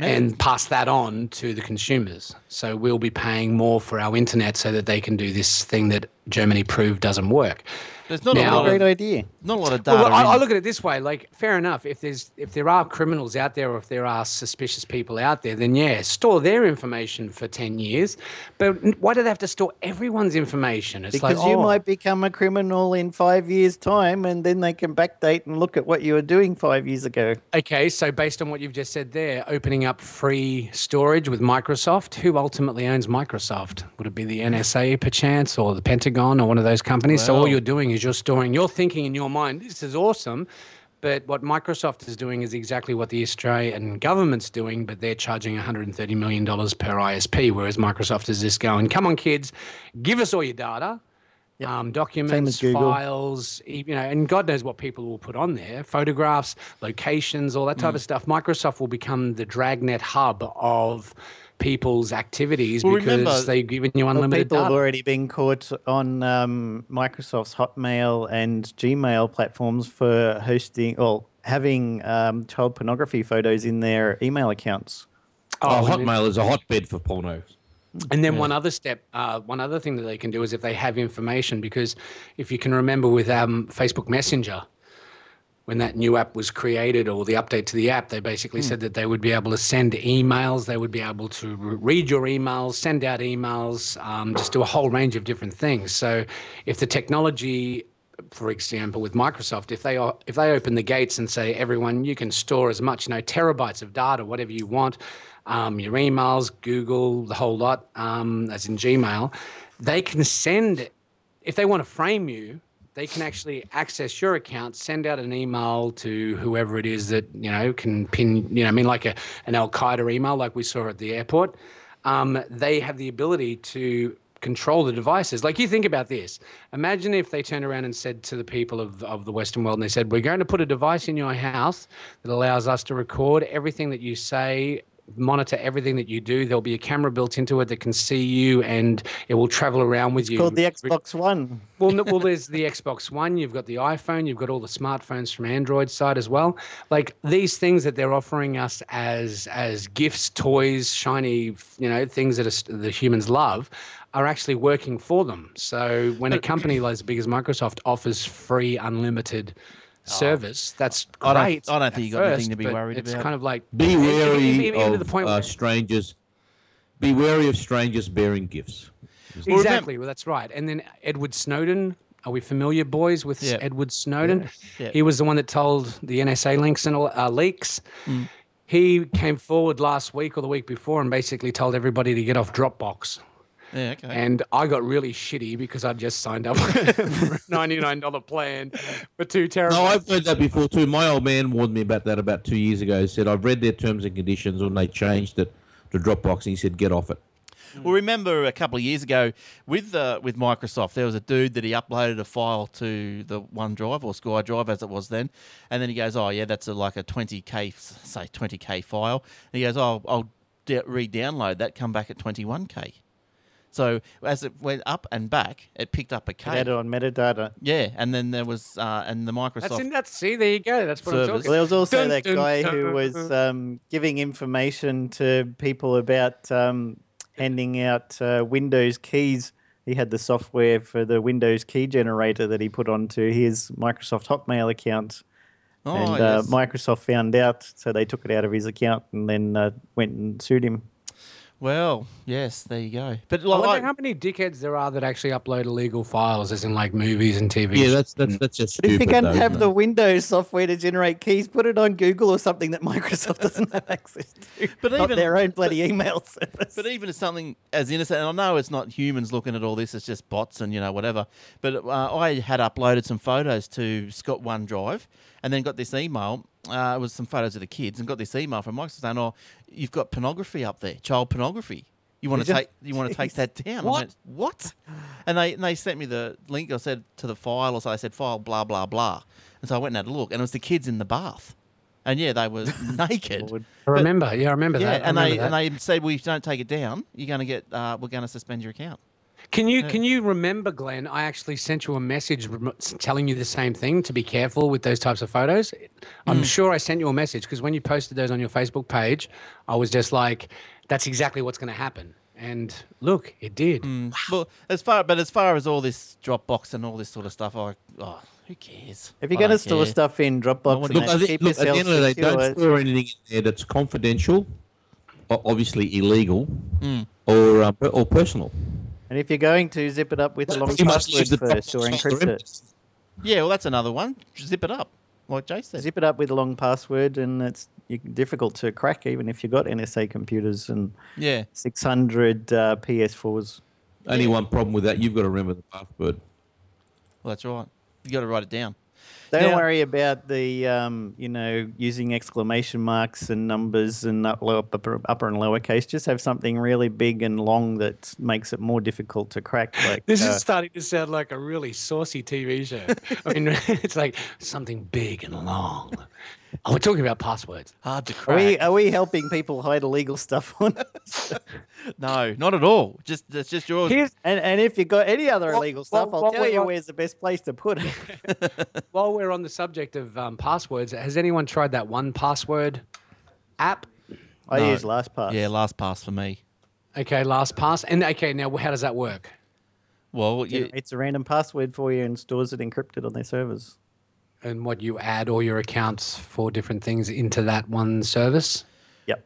[SPEAKER 2] And pass that on to the consumers. So we'll be paying more for our internet so that they can do this thing that Germany proved doesn't work.
[SPEAKER 1] There's not,
[SPEAKER 2] Now-
[SPEAKER 1] a, lot
[SPEAKER 3] Great
[SPEAKER 1] of,
[SPEAKER 3] idea.
[SPEAKER 1] not a lot of data.
[SPEAKER 2] Well, I, I
[SPEAKER 1] in-
[SPEAKER 2] look at it this way: like, fair enough. If there's if there are criminals out there, or if there are suspicious people out there, then yeah, store their information for ten years. But n- why do they have to store everyone's information? It's
[SPEAKER 3] Because
[SPEAKER 2] like,
[SPEAKER 3] you
[SPEAKER 2] oh,
[SPEAKER 3] might become a criminal in five years' time, and then they can backdate and look at what you were doing five years ago.
[SPEAKER 2] okay. So based on what you've just said there, opening up free storage with Microsoft. Who ultimately owns Microsoft? Would it be the NSA, perchance, or the Pentagon, or one of those companies? so all
[SPEAKER 1] Well.
[SPEAKER 2] you're doing is you're storing. You're thinking in your mind, this is awesome. But what Microsoft is doing is exactly what the Australian government's doing, but they're charging $130 million per ISP, whereas Microsoft is just going, come on, kids, give us all your data, um, documents,
[SPEAKER 3] Google.
[SPEAKER 2] files, e- you know, and God knows what people will put on there, photographs, locations, all that type
[SPEAKER 1] Mm.
[SPEAKER 2] of stuff. Microsoft will become the dragnet hub of people's activities
[SPEAKER 1] Well,
[SPEAKER 2] because
[SPEAKER 1] remember-
[SPEAKER 2] they've given you
[SPEAKER 3] Well,
[SPEAKER 2] unlimited
[SPEAKER 3] people have
[SPEAKER 2] data.
[SPEAKER 3] already been caught on um, Microsoft's Hotmail and Gmail platforms for hosting, well, having um, child pornography photos in their email accounts.
[SPEAKER 4] Oh,
[SPEAKER 2] and then-
[SPEAKER 4] Hotmail is a hotbed for pornos.
[SPEAKER 2] And then one other step, uh, one other thing that they can do is if they have information, because if you can remember with um, Facebook Messenger, when that new app was created or the update to the app, they basically said that they would be able to send emails, they would be able to re- read your emails, send out emails, um, just do a whole range of different things. So if the technology for example, with Microsoft, if they are, if they open the gates and say, everyone, you can store as much, you know, terabytes of data, whatever you want, um, your emails, Google, the whole lot, um, as in Gmail, they can send, if they want to frame you, they can actually access your account, send out an email to whoever it is that you know can pin, you know, I mean, like a, an Al Qaeda email, like we saw at the airport. Um, they have the ability to control the devices. Like you think about this. Imagine if they turned around and said to the people of, of the Western world, and they said, "We're going to put a device in your house that allows us to record everything that you say." Monitor everything that you do. There'll be a camera built into it that can see you, and it will travel around with you.
[SPEAKER 3] Called the Xbox One.
[SPEAKER 2] Well, no, well, there's the Xbox One. You've got the iPhone. You've got all the smartphones from Android side as well. Like these things that they're offering us as as gifts, toys, shiny, you know, things that are, the humans love, are actually working for them. So when a company like as big as Microsoft offers free, unlimited service, that's great.
[SPEAKER 1] Oh. I don't- I don't think
[SPEAKER 2] at
[SPEAKER 1] you got anything to be
[SPEAKER 2] but
[SPEAKER 1] worried
[SPEAKER 2] it's
[SPEAKER 1] about.
[SPEAKER 2] kind of like
[SPEAKER 4] Be
[SPEAKER 2] even- even-
[SPEAKER 4] wary
[SPEAKER 2] even
[SPEAKER 4] of
[SPEAKER 2] to the point
[SPEAKER 4] uh,
[SPEAKER 2] where-
[SPEAKER 4] strangers. Be wary of strangers bearing gifts.
[SPEAKER 1] Well, remem-
[SPEAKER 2] Exactly. Well, that's right. And then Edward Snowden. Are we familiar, boys, with
[SPEAKER 1] Yeah.
[SPEAKER 2] Edward Snowden?
[SPEAKER 1] Yeah.
[SPEAKER 2] He was the one that told the NSA links and all uh, leaks.
[SPEAKER 1] Mm.
[SPEAKER 2] He came forward last week or the week before and basically told everybody to get off Dropbox.
[SPEAKER 1] Yeah, okay.
[SPEAKER 2] And I got really shitty because I just signed up for a ninety-nine dollar plan for two terabytes.
[SPEAKER 4] No, I've heard that before too. My old man warned me about that about two years ago. He said I've read their terms and conditions when they changed it to Dropbox, and he said get off it.
[SPEAKER 1] Well, remember a couple of years ago with uh, with Microsoft, there was a dude that he uploaded a file to the OneDrive or SkyDrive as it was then, and then he goes, "Oh yeah, that's a, like a 20k, say 20k file." And he goes, "Oh, I'll d- re-download that. Come back at 21k." So as it went up and back, it picked up a
[SPEAKER 3] It added
[SPEAKER 1] k.
[SPEAKER 3] on metadata.
[SPEAKER 1] Yeah, and then there was uh, and the Microsoft.
[SPEAKER 2] That's in that. See, there you go. That's what I'm
[SPEAKER 1] Service.
[SPEAKER 2] talking.
[SPEAKER 3] Well, there was also
[SPEAKER 2] Dun,
[SPEAKER 3] that
[SPEAKER 2] dun,
[SPEAKER 3] guy who
[SPEAKER 2] dun.
[SPEAKER 3] was um, giving information to people about um, handing out uh, Windows keys. He had the software for the Windows key generator that he put onto his Microsoft Hotmail account.
[SPEAKER 1] oh,
[SPEAKER 3] and uh,
[SPEAKER 1] yes.
[SPEAKER 3] Microsoft found out, so they took it out of his account and then uh, went and sued him.
[SPEAKER 1] well, yes, there you go. But
[SPEAKER 2] I
[SPEAKER 1] like,
[SPEAKER 2] wonder how many dickheads there are that actually upload illegal files, as in like movies and TV.
[SPEAKER 4] Yeah, that's that's that's just
[SPEAKER 3] But
[SPEAKER 4] stupid.
[SPEAKER 3] if you can
[SPEAKER 4] though, isn't
[SPEAKER 3] have
[SPEAKER 4] it?
[SPEAKER 3] the Windows software to generate keys, put it on Google or something that Microsoft doesn't have access to.
[SPEAKER 1] But
[SPEAKER 3] not
[SPEAKER 1] even-
[SPEAKER 3] their own bloody email service.
[SPEAKER 1] But even as something as innocent, and I know it's not humans looking at all this; it's just bots and you know whatever. But uh, I had uploaded some photos to Scott OneDrive, and then got this email. Uh, it was some photos of the kids, and got this email from Microsoft saying, "Oh, you've got pornography up there, child pornography. You want
[SPEAKER 3] Did
[SPEAKER 1] to
[SPEAKER 3] ya?
[SPEAKER 1] take you want to take
[SPEAKER 3] Jeez.
[SPEAKER 1] that down?" I
[SPEAKER 2] What?
[SPEAKER 1] went, "What?" And they and they sent me the link. I said to the file, or so they said file blah blah blah. And so I went and had a look, and it was the kids in the bath, and yeah, they were naked.
[SPEAKER 3] Lord.
[SPEAKER 2] I remember. Yeah, I remember
[SPEAKER 1] Yeah,
[SPEAKER 2] that. I
[SPEAKER 1] and they
[SPEAKER 2] remember
[SPEAKER 1] and
[SPEAKER 2] that.
[SPEAKER 1] they said, "We don't take it down. You're going to get. Uh, we're going to suspend your account."
[SPEAKER 2] Can you can you remember, Glenn? I actually sent you a message rem- s- telling you the same thing to be careful with those types of photos. I'm sure I sent you a message because when you posted those on your Facebook page, I was just like, "That's exactly what's going to happen." And look, it did.
[SPEAKER 1] Hmm. Mm. Well, as far but as far as all this Dropbox and all this sort of stuff, I oh, who cares?
[SPEAKER 3] If you're
[SPEAKER 1] I don't
[SPEAKER 3] going to store
[SPEAKER 1] care.
[SPEAKER 3] stuff in Dropbox, and
[SPEAKER 1] one is-
[SPEAKER 4] Look,
[SPEAKER 3] that,
[SPEAKER 4] I think,
[SPEAKER 3] keep
[SPEAKER 4] look at the
[SPEAKER 3] yourself
[SPEAKER 4] end of the day,
[SPEAKER 3] secure.
[SPEAKER 4] don't store anything in there that's confidential, o- obviously illegal, or um, or personal.
[SPEAKER 3] And if you're going to, zip it up with a long
[SPEAKER 4] You must
[SPEAKER 3] password
[SPEAKER 4] leave the
[SPEAKER 3] first or
[SPEAKER 4] Dropbox
[SPEAKER 3] encrypt
[SPEAKER 4] store
[SPEAKER 3] it.
[SPEAKER 4] empty.
[SPEAKER 1] yeah, well, that's another one. Zip it up, like Jay said.
[SPEAKER 3] Zip it up with a long password, and it's you- difficult to crack, even if you've got NSA computers and
[SPEAKER 1] Yeah,
[SPEAKER 3] 600 uh, PS4s.
[SPEAKER 4] Only one problem with that, you've got to remember the password.
[SPEAKER 1] well, that's right. You got to write it down.
[SPEAKER 3] Don't
[SPEAKER 1] Now-
[SPEAKER 3] worry about the, um, you know, using exclamation marks and numbers and up- low- upper, upper and lowercase. Just have something really big and long that makes it more difficult to crack. Like
[SPEAKER 2] This
[SPEAKER 3] uh,
[SPEAKER 2] is starting to sound like a really saucy TV show. I mean, it's like something big and long. Oh, we're talking about passwords.
[SPEAKER 1] Hard to
[SPEAKER 3] are
[SPEAKER 1] crack.
[SPEAKER 3] we are we helping people hide illegal stuff on?
[SPEAKER 1] No, not at all. Just that's just yours.
[SPEAKER 2] Here's
[SPEAKER 3] And, and if you've got any other
[SPEAKER 2] Well,
[SPEAKER 3] illegal stuff,
[SPEAKER 2] well,
[SPEAKER 3] I'll
[SPEAKER 2] well,
[SPEAKER 3] tell
[SPEAKER 2] well,
[SPEAKER 3] you
[SPEAKER 2] well-
[SPEAKER 3] where's the best place to put it.
[SPEAKER 2] while we're on the subject of um, passwords, has anyone tried that one password app?
[SPEAKER 3] I
[SPEAKER 1] No.
[SPEAKER 3] use LastPass.
[SPEAKER 1] yeah, last pass for me.
[SPEAKER 2] Okay, last pass. And okay, now how does that work?
[SPEAKER 1] Well,
[SPEAKER 3] It
[SPEAKER 1] you,
[SPEAKER 3] generates a random password for you and stores it encrypted on their servers.
[SPEAKER 2] And what you add all your accounts for different things into that one service?
[SPEAKER 3] Yep.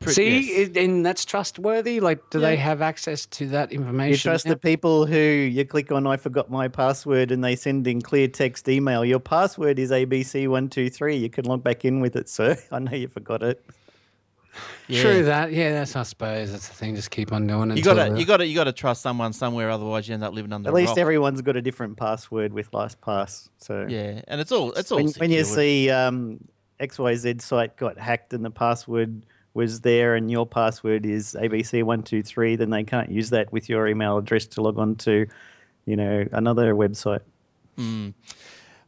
[SPEAKER 1] Pre-
[SPEAKER 2] See,
[SPEAKER 1] yes.
[SPEAKER 2] it- and that's trustworthy. Like, do they have access to that
[SPEAKER 3] You
[SPEAKER 2] information?
[SPEAKER 3] trust
[SPEAKER 2] now?
[SPEAKER 3] the people who you click on I forgot my password and they send in clear text email. Your password is ABC123. You can log back in with it, sir. I know you forgot it.
[SPEAKER 1] yeah.
[SPEAKER 2] True that. Yeah, that's I suppose that's the thing. Just keep on doing it.
[SPEAKER 1] You
[SPEAKER 2] until
[SPEAKER 1] gotta,
[SPEAKER 2] the-
[SPEAKER 1] you gotta, you gotta trust someone somewhere. Otherwise, you end up living under
[SPEAKER 3] At
[SPEAKER 1] a
[SPEAKER 3] least
[SPEAKER 1] rock.
[SPEAKER 3] everyone's got a different password with LastPass. So
[SPEAKER 1] Yeah, and it's all, it's all.
[SPEAKER 3] when, when you
[SPEAKER 1] secured.
[SPEAKER 3] see um, XYZ site got hacked and the password was there and your password is ABC123, then they can't use that with your email address to log on to, you know, another website.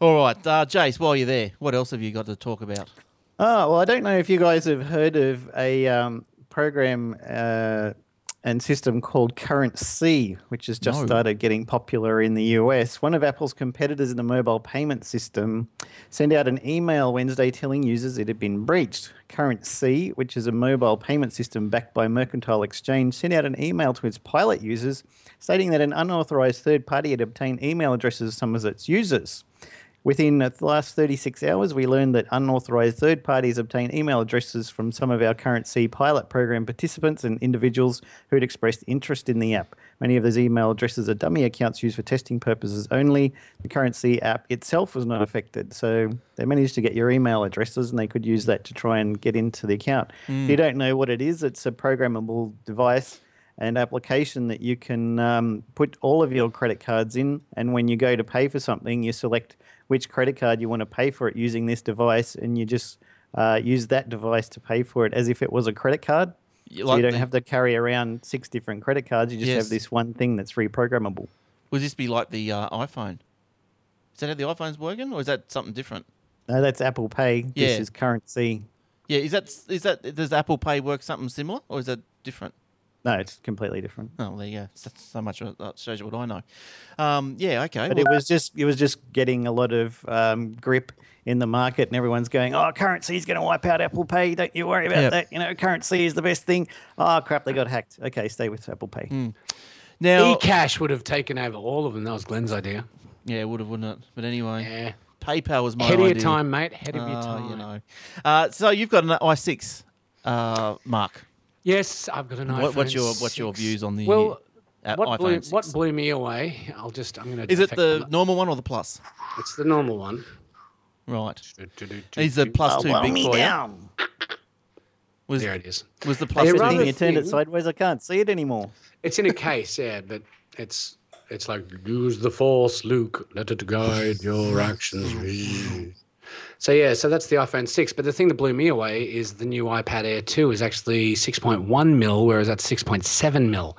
[SPEAKER 1] All right, uh, Jace, while you're there, what else have you got to talk about?
[SPEAKER 3] Oh, well, I don't know if you guys have heard of a um, program uh, and system called Current C, which has just
[SPEAKER 1] No.
[SPEAKER 3] started getting popular in the US. One of Apple's competitors in the mobile payment system sent out an email Wednesday telling users it had been breached. Current C, which is a mobile payment system backed by Mercantile Exchange, sent out an email to its pilot users stating that an unauthorized third party had obtained email addresses of some of its users. Within the last 36 hours, we learned that unauthorized third parties obtain email addresses from some of our current C pilot program participants and individuals who had expressed interest in the app. Many of those email addresses are dummy accounts used for testing purposes only. The current C app itself was not affected, so they managed to get your email addresses and they could use that to try and get into the account. If you don't know what it is, it's a programmable device an application that you can um, put all of your credit cards in. And when you go to pay for something, you select which credit card you want to pay for it using this device, and you just uh, use that device to pay for it as if it was a credit card.
[SPEAKER 1] You
[SPEAKER 3] so
[SPEAKER 1] like
[SPEAKER 3] you don't
[SPEAKER 1] the-
[SPEAKER 3] have to carry around six different credit cards. You just
[SPEAKER 1] Yes.
[SPEAKER 3] have this one thing that's reprogrammable.
[SPEAKER 1] Would this be like the uh, iPhone? Is that how the iPhone's working, or is that something different?
[SPEAKER 3] No, that's Apple Pay.
[SPEAKER 1] Yeah.
[SPEAKER 3] This is currency.
[SPEAKER 1] Yeah, is that is that does Apple Pay work something similar, or is that different?
[SPEAKER 3] No, it's completely different.
[SPEAKER 1] Oh, well, there you go. So, so much of- that shows you what I know. Um, yeah, okay.
[SPEAKER 3] But
[SPEAKER 1] well,
[SPEAKER 3] it was just it was just getting a lot of um, grip in the market, and everyone's going, "Oh, currency is going to wipe out Apple Pay. Don't you worry about
[SPEAKER 1] Yep.
[SPEAKER 3] that. You know, currency is the best thing." Oh crap, they got hacked. Okay, stay with Apple Pay.
[SPEAKER 1] now,
[SPEAKER 2] eCash would have taken over all of them. That was Glenn's idea.
[SPEAKER 1] yeah, it would have, wouldn't it? But anyway,
[SPEAKER 2] Yeah.
[SPEAKER 1] PayPal was my
[SPEAKER 2] Head of
[SPEAKER 1] idea.
[SPEAKER 2] your time, mate. Head of your
[SPEAKER 1] Ah,
[SPEAKER 2] time.
[SPEAKER 1] you know. Uh, so you've got an i6, uh, Mark.
[SPEAKER 2] Yes, I've got an iPhone.
[SPEAKER 1] What, what's your what's your
[SPEAKER 2] 6.
[SPEAKER 1] views on the
[SPEAKER 2] Well,
[SPEAKER 1] uh,
[SPEAKER 2] what
[SPEAKER 1] iPhone
[SPEAKER 2] blew,
[SPEAKER 1] 6?
[SPEAKER 2] what blew me away? I'll just. I'm gonna.
[SPEAKER 1] Is it
[SPEAKER 2] defect
[SPEAKER 1] the
[SPEAKER 2] on
[SPEAKER 1] normal one or the plus?
[SPEAKER 2] that. It's the normal one.
[SPEAKER 1] Right. Is the
[SPEAKER 3] Oh,
[SPEAKER 1] plus two
[SPEAKER 3] well,
[SPEAKER 1] big
[SPEAKER 3] me
[SPEAKER 1] for you?
[SPEAKER 3] down.
[SPEAKER 1] Was,
[SPEAKER 2] There it is.
[SPEAKER 1] was the plus
[SPEAKER 2] Hey,
[SPEAKER 1] two
[SPEAKER 2] Robert.
[SPEAKER 1] big?
[SPEAKER 3] Thing, you turned it
[SPEAKER 2] thing-
[SPEAKER 3] sideways. I can't see it anymore.
[SPEAKER 2] It's in a case, yeah, but it's it's like use the force, Luke. Let it guide your actions. So yeah, so that's the iPhone six. But the thing that blew me away is the new iPad Air two is actually six point one mil, whereas that's six point seven mil.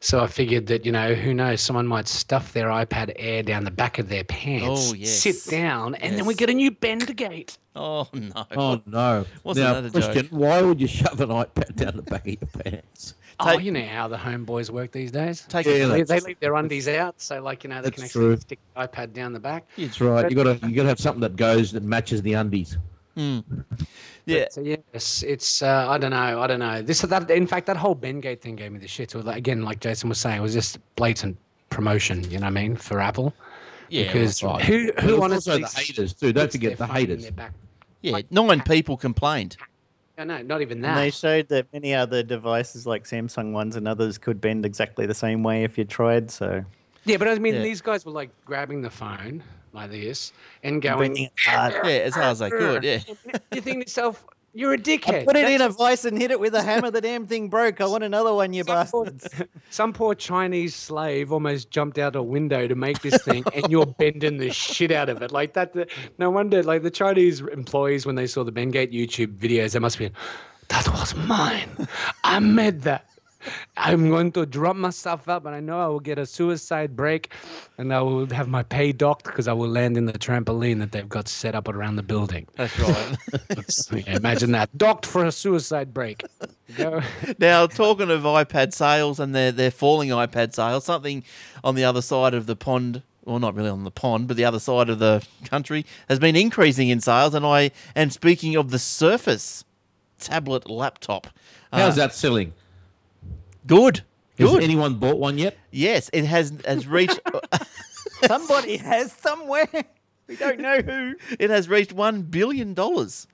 [SPEAKER 2] So I figured that you know who knows, someone might stuff their iPad Air down the back of their pants,
[SPEAKER 1] Oh, yes.
[SPEAKER 2] sit down, and then we
[SPEAKER 1] Yes.
[SPEAKER 2] get a new Bendigate.
[SPEAKER 1] Oh, no.
[SPEAKER 4] Oh no!
[SPEAKER 1] What's another
[SPEAKER 4] now, question:
[SPEAKER 1] joke?
[SPEAKER 4] Why would you shove an iPad down the back of your pants?
[SPEAKER 2] Oh,
[SPEAKER 1] Take-
[SPEAKER 2] you know how the homeboys work these days.
[SPEAKER 1] Take
[SPEAKER 4] Yeah,
[SPEAKER 1] it.
[SPEAKER 2] They,
[SPEAKER 4] that's-
[SPEAKER 2] they leave their undies out, so like you know they can
[SPEAKER 4] That's
[SPEAKER 2] actually
[SPEAKER 4] true.
[SPEAKER 2] stick the iPad down the back.
[SPEAKER 4] That's right. You gotta you gotta have something that goes that matches the undies.
[SPEAKER 1] Yeah.
[SPEAKER 2] So yes, it's uh, I don't know, I don't know. This that in fact that whole Ben Gate thing gave me the shit. So like, again, like Jason was saying, it was just blatant promotion. You know what I mean for Apple?
[SPEAKER 1] Yeah.
[SPEAKER 2] Because
[SPEAKER 4] right.
[SPEAKER 2] who
[SPEAKER 4] But
[SPEAKER 2] who
[SPEAKER 4] it's
[SPEAKER 2] honestly
[SPEAKER 4] also the haters too. Don't forget the haters.
[SPEAKER 1] Yeah, nine people complained.
[SPEAKER 2] No, no, not even
[SPEAKER 3] And they
[SPEAKER 2] that.
[SPEAKER 3] showed that many other devices, like Samsung ones and others, could bend exactly the same way if you tried. So
[SPEAKER 2] Yeah, but I mean,
[SPEAKER 1] Yeah.
[SPEAKER 2] these guys were like grabbing the phone like this and
[SPEAKER 3] bending
[SPEAKER 2] going.
[SPEAKER 3] it hard.
[SPEAKER 1] Yeah, as hard as they could. Yeah.
[SPEAKER 2] You think to yourself, you're a dickhead.
[SPEAKER 3] Put it
[SPEAKER 2] That's
[SPEAKER 3] in a vice and hit it with a hammer. The damn thing broke. I want another one, you
[SPEAKER 2] Some poor,
[SPEAKER 3] bastards.
[SPEAKER 2] some poor Chinese slave almost jumped out a window to make this thing, and you're bending the shit out of it like that. The, no wonder, like the Chinese employees when they saw the Bengate YouTube videos, they must be, that was mine. I made that. I'm going to drum myself up, and I know I will get a suicide break, and I will have my pay docked because I will land in the trampoline that they've got set up around the building.
[SPEAKER 1] That's right.
[SPEAKER 2] Imagine that, docked for a suicide break. Go.
[SPEAKER 1] now, talking of iPad sales and their, their falling iPad sales, something on the other side of the pond, well, not really on the pond, but the other side of the country, has been increasing in sales. And I am speaking of the Surface tablet laptop. Uh,
[SPEAKER 4] How's that selling?
[SPEAKER 1] Good.
[SPEAKER 4] Has
[SPEAKER 1] Good.
[SPEAKER 4] anyone bought one yet?
[SPEAKER 1] yes, it has has reached
[SPEAKER 3] Somebody has somewhere. We don't know who.
[SPEAKER 1] it has reached one billion dollars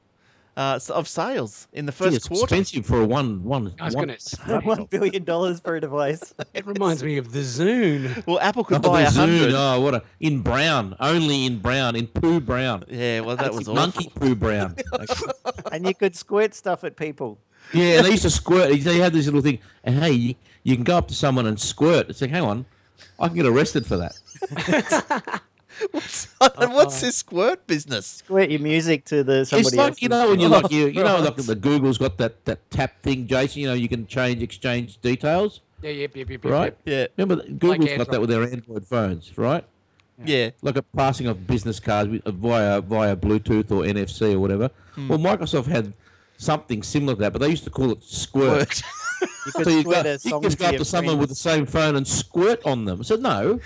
[SPEAKER 1] uh, s- of sales in the first
[SPEAKER 4] Gee, it's
[SPEAKER 1] quarter.
[SPEAKER 4] expensive for a one one.
[SPEAKER 2] I was
[SPEAKER 4] one-
[SPEAKER 2] going to
[SPEAKER 3] One billion dollars for a device.
[SPEAKER 2] It reminds me of the Zune.
[SPEAKER 1] Well, Apple
[SPEAKER 4] Oh,
[SPEAKER 1] could buy
[SPEAKER 4] the
[SPEAKER 1] a
[SPEAKER 4] Zune,
[SPEAKER 1] hundred.
[SPEAKER 4] oh, what a in brown, only in brown, in poo brown.
[SPEAKER 1] Yeah, well, that
[SPEAKER 4] It's
[SPEAKER 1] was
[SPEAKER 4] monkey
[SPEAKER 1] awful.
[SPEAKER 4] poo brown.
[SPEAKER 3] And you could squirt stuff at people.
[SPEAKER 4] yeah, and they used to squirt. They had this little thing, and hey, you, you can go up to someone and squirt. It's like, hang on, I can get arrested for that.
[SPEAKER 1] What's this squirt business?
[SPEAKER 3] Squirt your music to the somebody
[SPEAKER 4] it's like
[SPEAKER 3] else's-
[SPEAKER 4] you know when you like you you know like the Google's got that that tap thing, Jason. You know you can change exchange details,
[SPEAKER 2] Yeah, yep, yep, yep, yep,
[SPEAKER 4] right?
[SPEAKER 2] yep.
[SPEAKER 1] Yeah,
[SPEAKER 4] Remember that Google's got that
[SPEAKER 2] Android.
[SPEAKER 4] with their Android phones, right?
[SPEAKER 1] yeah.
[SPEAKER 4] Like a passing of business cards with- uh, via via Bluetooth or NFC or whatever. Well, Microsoft had something similar to that, but they used to call it squirt.
[SPEAKER 1] Worked.
[SPEAKER 3] you could
[SPEAKER 4] So you
[SPEAKER 3] squirt
[SPEAKER 4] go,
[SPEAKER 3] a
[SPEAKER 4] you
[SPEAKER 3] song
[SPEAKER 4] just go up
[SPEAKER 3] your
[SPEAKER 4] to someone with the
[SPEAKER 3] friends.
[SPEAKER 4] same phone and squirt on them. So no,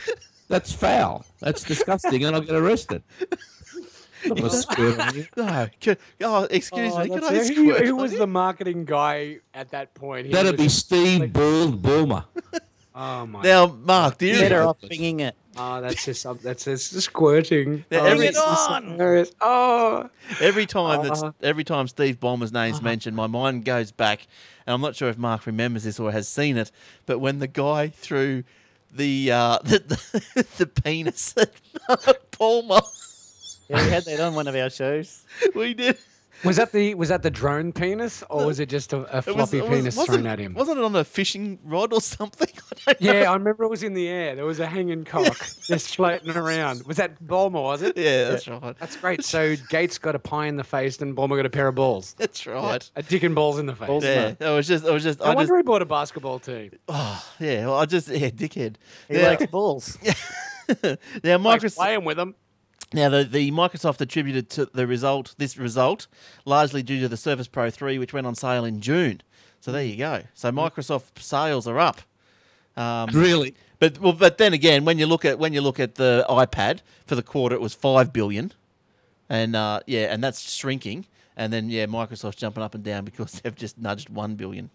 [SPEAKER 4] that's foul. That's disgusting, and I'll get arrested. I'm gonna squirt on you.
[SPEAKER 1] No. Could, oh, excuse me. Could I
[SPEAKER 2] That's it. who,
[SPEAKER 1] squirt?
[SPEAKER 2] who
[SPEAKER 1] on
[SPEAKER 2] was
[SPEAKER 1] you?
[SPEAKER 2] the marketing guy at that point? He
[SPEAKER 4] That'd
[SPEAKER 2] was
[SPEAKER 4] be
[SPEAKER 2] just-
[SPEAKER 4] Steve Bald Bulmer.
[SPEAKER 2] Oh my!
[SPEAKER 1] Now, Mark, do you?
[SPEAKER 3] better
[SPEAKER 4] Yeah.
[SPEAKER 3] off singing it.
[SPEAKER 2] oh, that's just some- that's just squirting.
[SPEAKER 1] Yeah,
[SPEAKER 2] oh,
[SPEAKER 1] every-
[SPEAKER 2] it's just
[SPEAKER 3] Bring it on!
[SPEAKER 2] hilarious. Oh,
[SPEAKER 1] Every time that's
[SPEAKER 2] Uh-huh.
[SPEAKER 1] every time Steve Ballmer's name's mentioned, my mind goes back, and I'm not sure if Mark remembers this or has seen it, but when the guy threw the uh, the, the, the penis at Palmer,
[SPEAKER 3] Yeah, we had that on one of our shows.
[SPEAKER 1] we did.
[SPEAKER 2] Was that the was that the drone penis or was it just a, a
[SPEAKER 1] It was-
[SPEAKER 2] floppy
[SPEAKER 1] it was-
[SPEAKER 2] penis
[SPEAKER 1] wasn't-
[SPEAKER 2] thrown at him?
[SPEAKER 1] Wasn't it on a fishing rod or something? I don't know.
[SPEAKER 2] Yeah, I remember it was in the air. There was a hanging cock just floating around. Was that Bulmer, was it?
[SPEAKER 1] Yeah, that's right.
[SPEAKER 2] That's great. So Gates got a pie in the face and Bulmer got a pair of balls.
[SPEAKER 1] That's right.
[SPEAKER 2] A dick and balls in the face.
[SPEAKER 1] Yeah, it was just, it was just,
[SPEAKER 2] I,
[SPEAKER 1] I, just,
[SPEAKER 2] wonder he bought a basketball too.
[SPEAKER 1] oh, yeah, well, I just, yeah, dickhead.
[SPEAKER 3] He
[SPEAKER 1] Now-
[SPEAKER 3] likes balls.
[SPEAKER 1] now,
[SPEAKER 2] Microsoft.
[SPEAKER 1] Microsoft,
[SPEAKER 2] Playing with them.
[SPEAKER 1] now the, the Microsoft attributed to the result, this result, largely due to the Surface Pro 3, which went on sale in June. So there you go. So Microsoft sales are up.
[SPEAKER 4] Really?
[SPEAKER 1] But well, but then again, when you look at when you look at the iPad for the quarter, it was five billion, and uh, yeah, and that's shrinking. And then yeah, Microsoft's jumping up and down because they've just nudged one billion.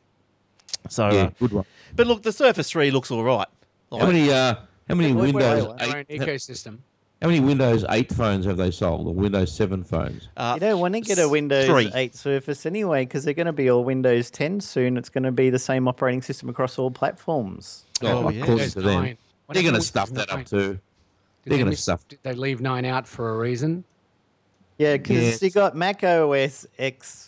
[SPEAKER 1] So,
[SPEAKER 4] Yeah,
[SPEAKER 1] uh,
[SPEAKER 4] good one.
[SPEAKER 1] but look, the Surface Three looks all right.
[SPEAKER 4] How many uh, how many
[SPEAKER 2] We're- we're
[SPEAKER 4] Windows
[SPEAKER 2] all in our own
[SPEAKER 4] eight,
[SPEAKER 2] ecosystem.
[SPEAKER 4] how many Windows eight phones have they sold or Windows seven phones?
[SPEAKER 2] Oh,
[SPEAKER 1] Uh,
[SPEAKER 3] You don't want to get a
[SPEAKER 1] s-
[SPEAKER 3] Windows
[SPEAKER 1] three.
[SPEAKER 3] 8 Surface anyway, because they're going to be all Windows 10 soon. It's going to be the same operating system across all platforms.
[SPEAKER 1] Oh,
[SPEAKER 4] of
[SPEAKER 1] yeah.
[SPEAKER 4] course
[SPEAKER 2] There's
[SPEAKER 4] to them.
[SPEAKER 2] nine. What
[SPEAKER 4] They're gonna
[SPEAKER 2] happened to
[SPEAKER 4] stuff
[SPEAKER 2] Windows
[SPEAKER 4] that up
[SPEAKER 2] nine?
[SPEAKER 4] too.
[SPEAKER 2] Did
[SPEAKER 4] They're
[SPEAKER 2] they
[SPEAKER 4] gonna
[SPEAKER 2] miss-
[SPEAKER 4] stuff-
[SPEAKER 2] Did they leave nine out for a reason?
[SPEAKER 3] Yeah, because
[SPEAKER 4] Yes.
[SPEAKER 3] you got Mac OS X10.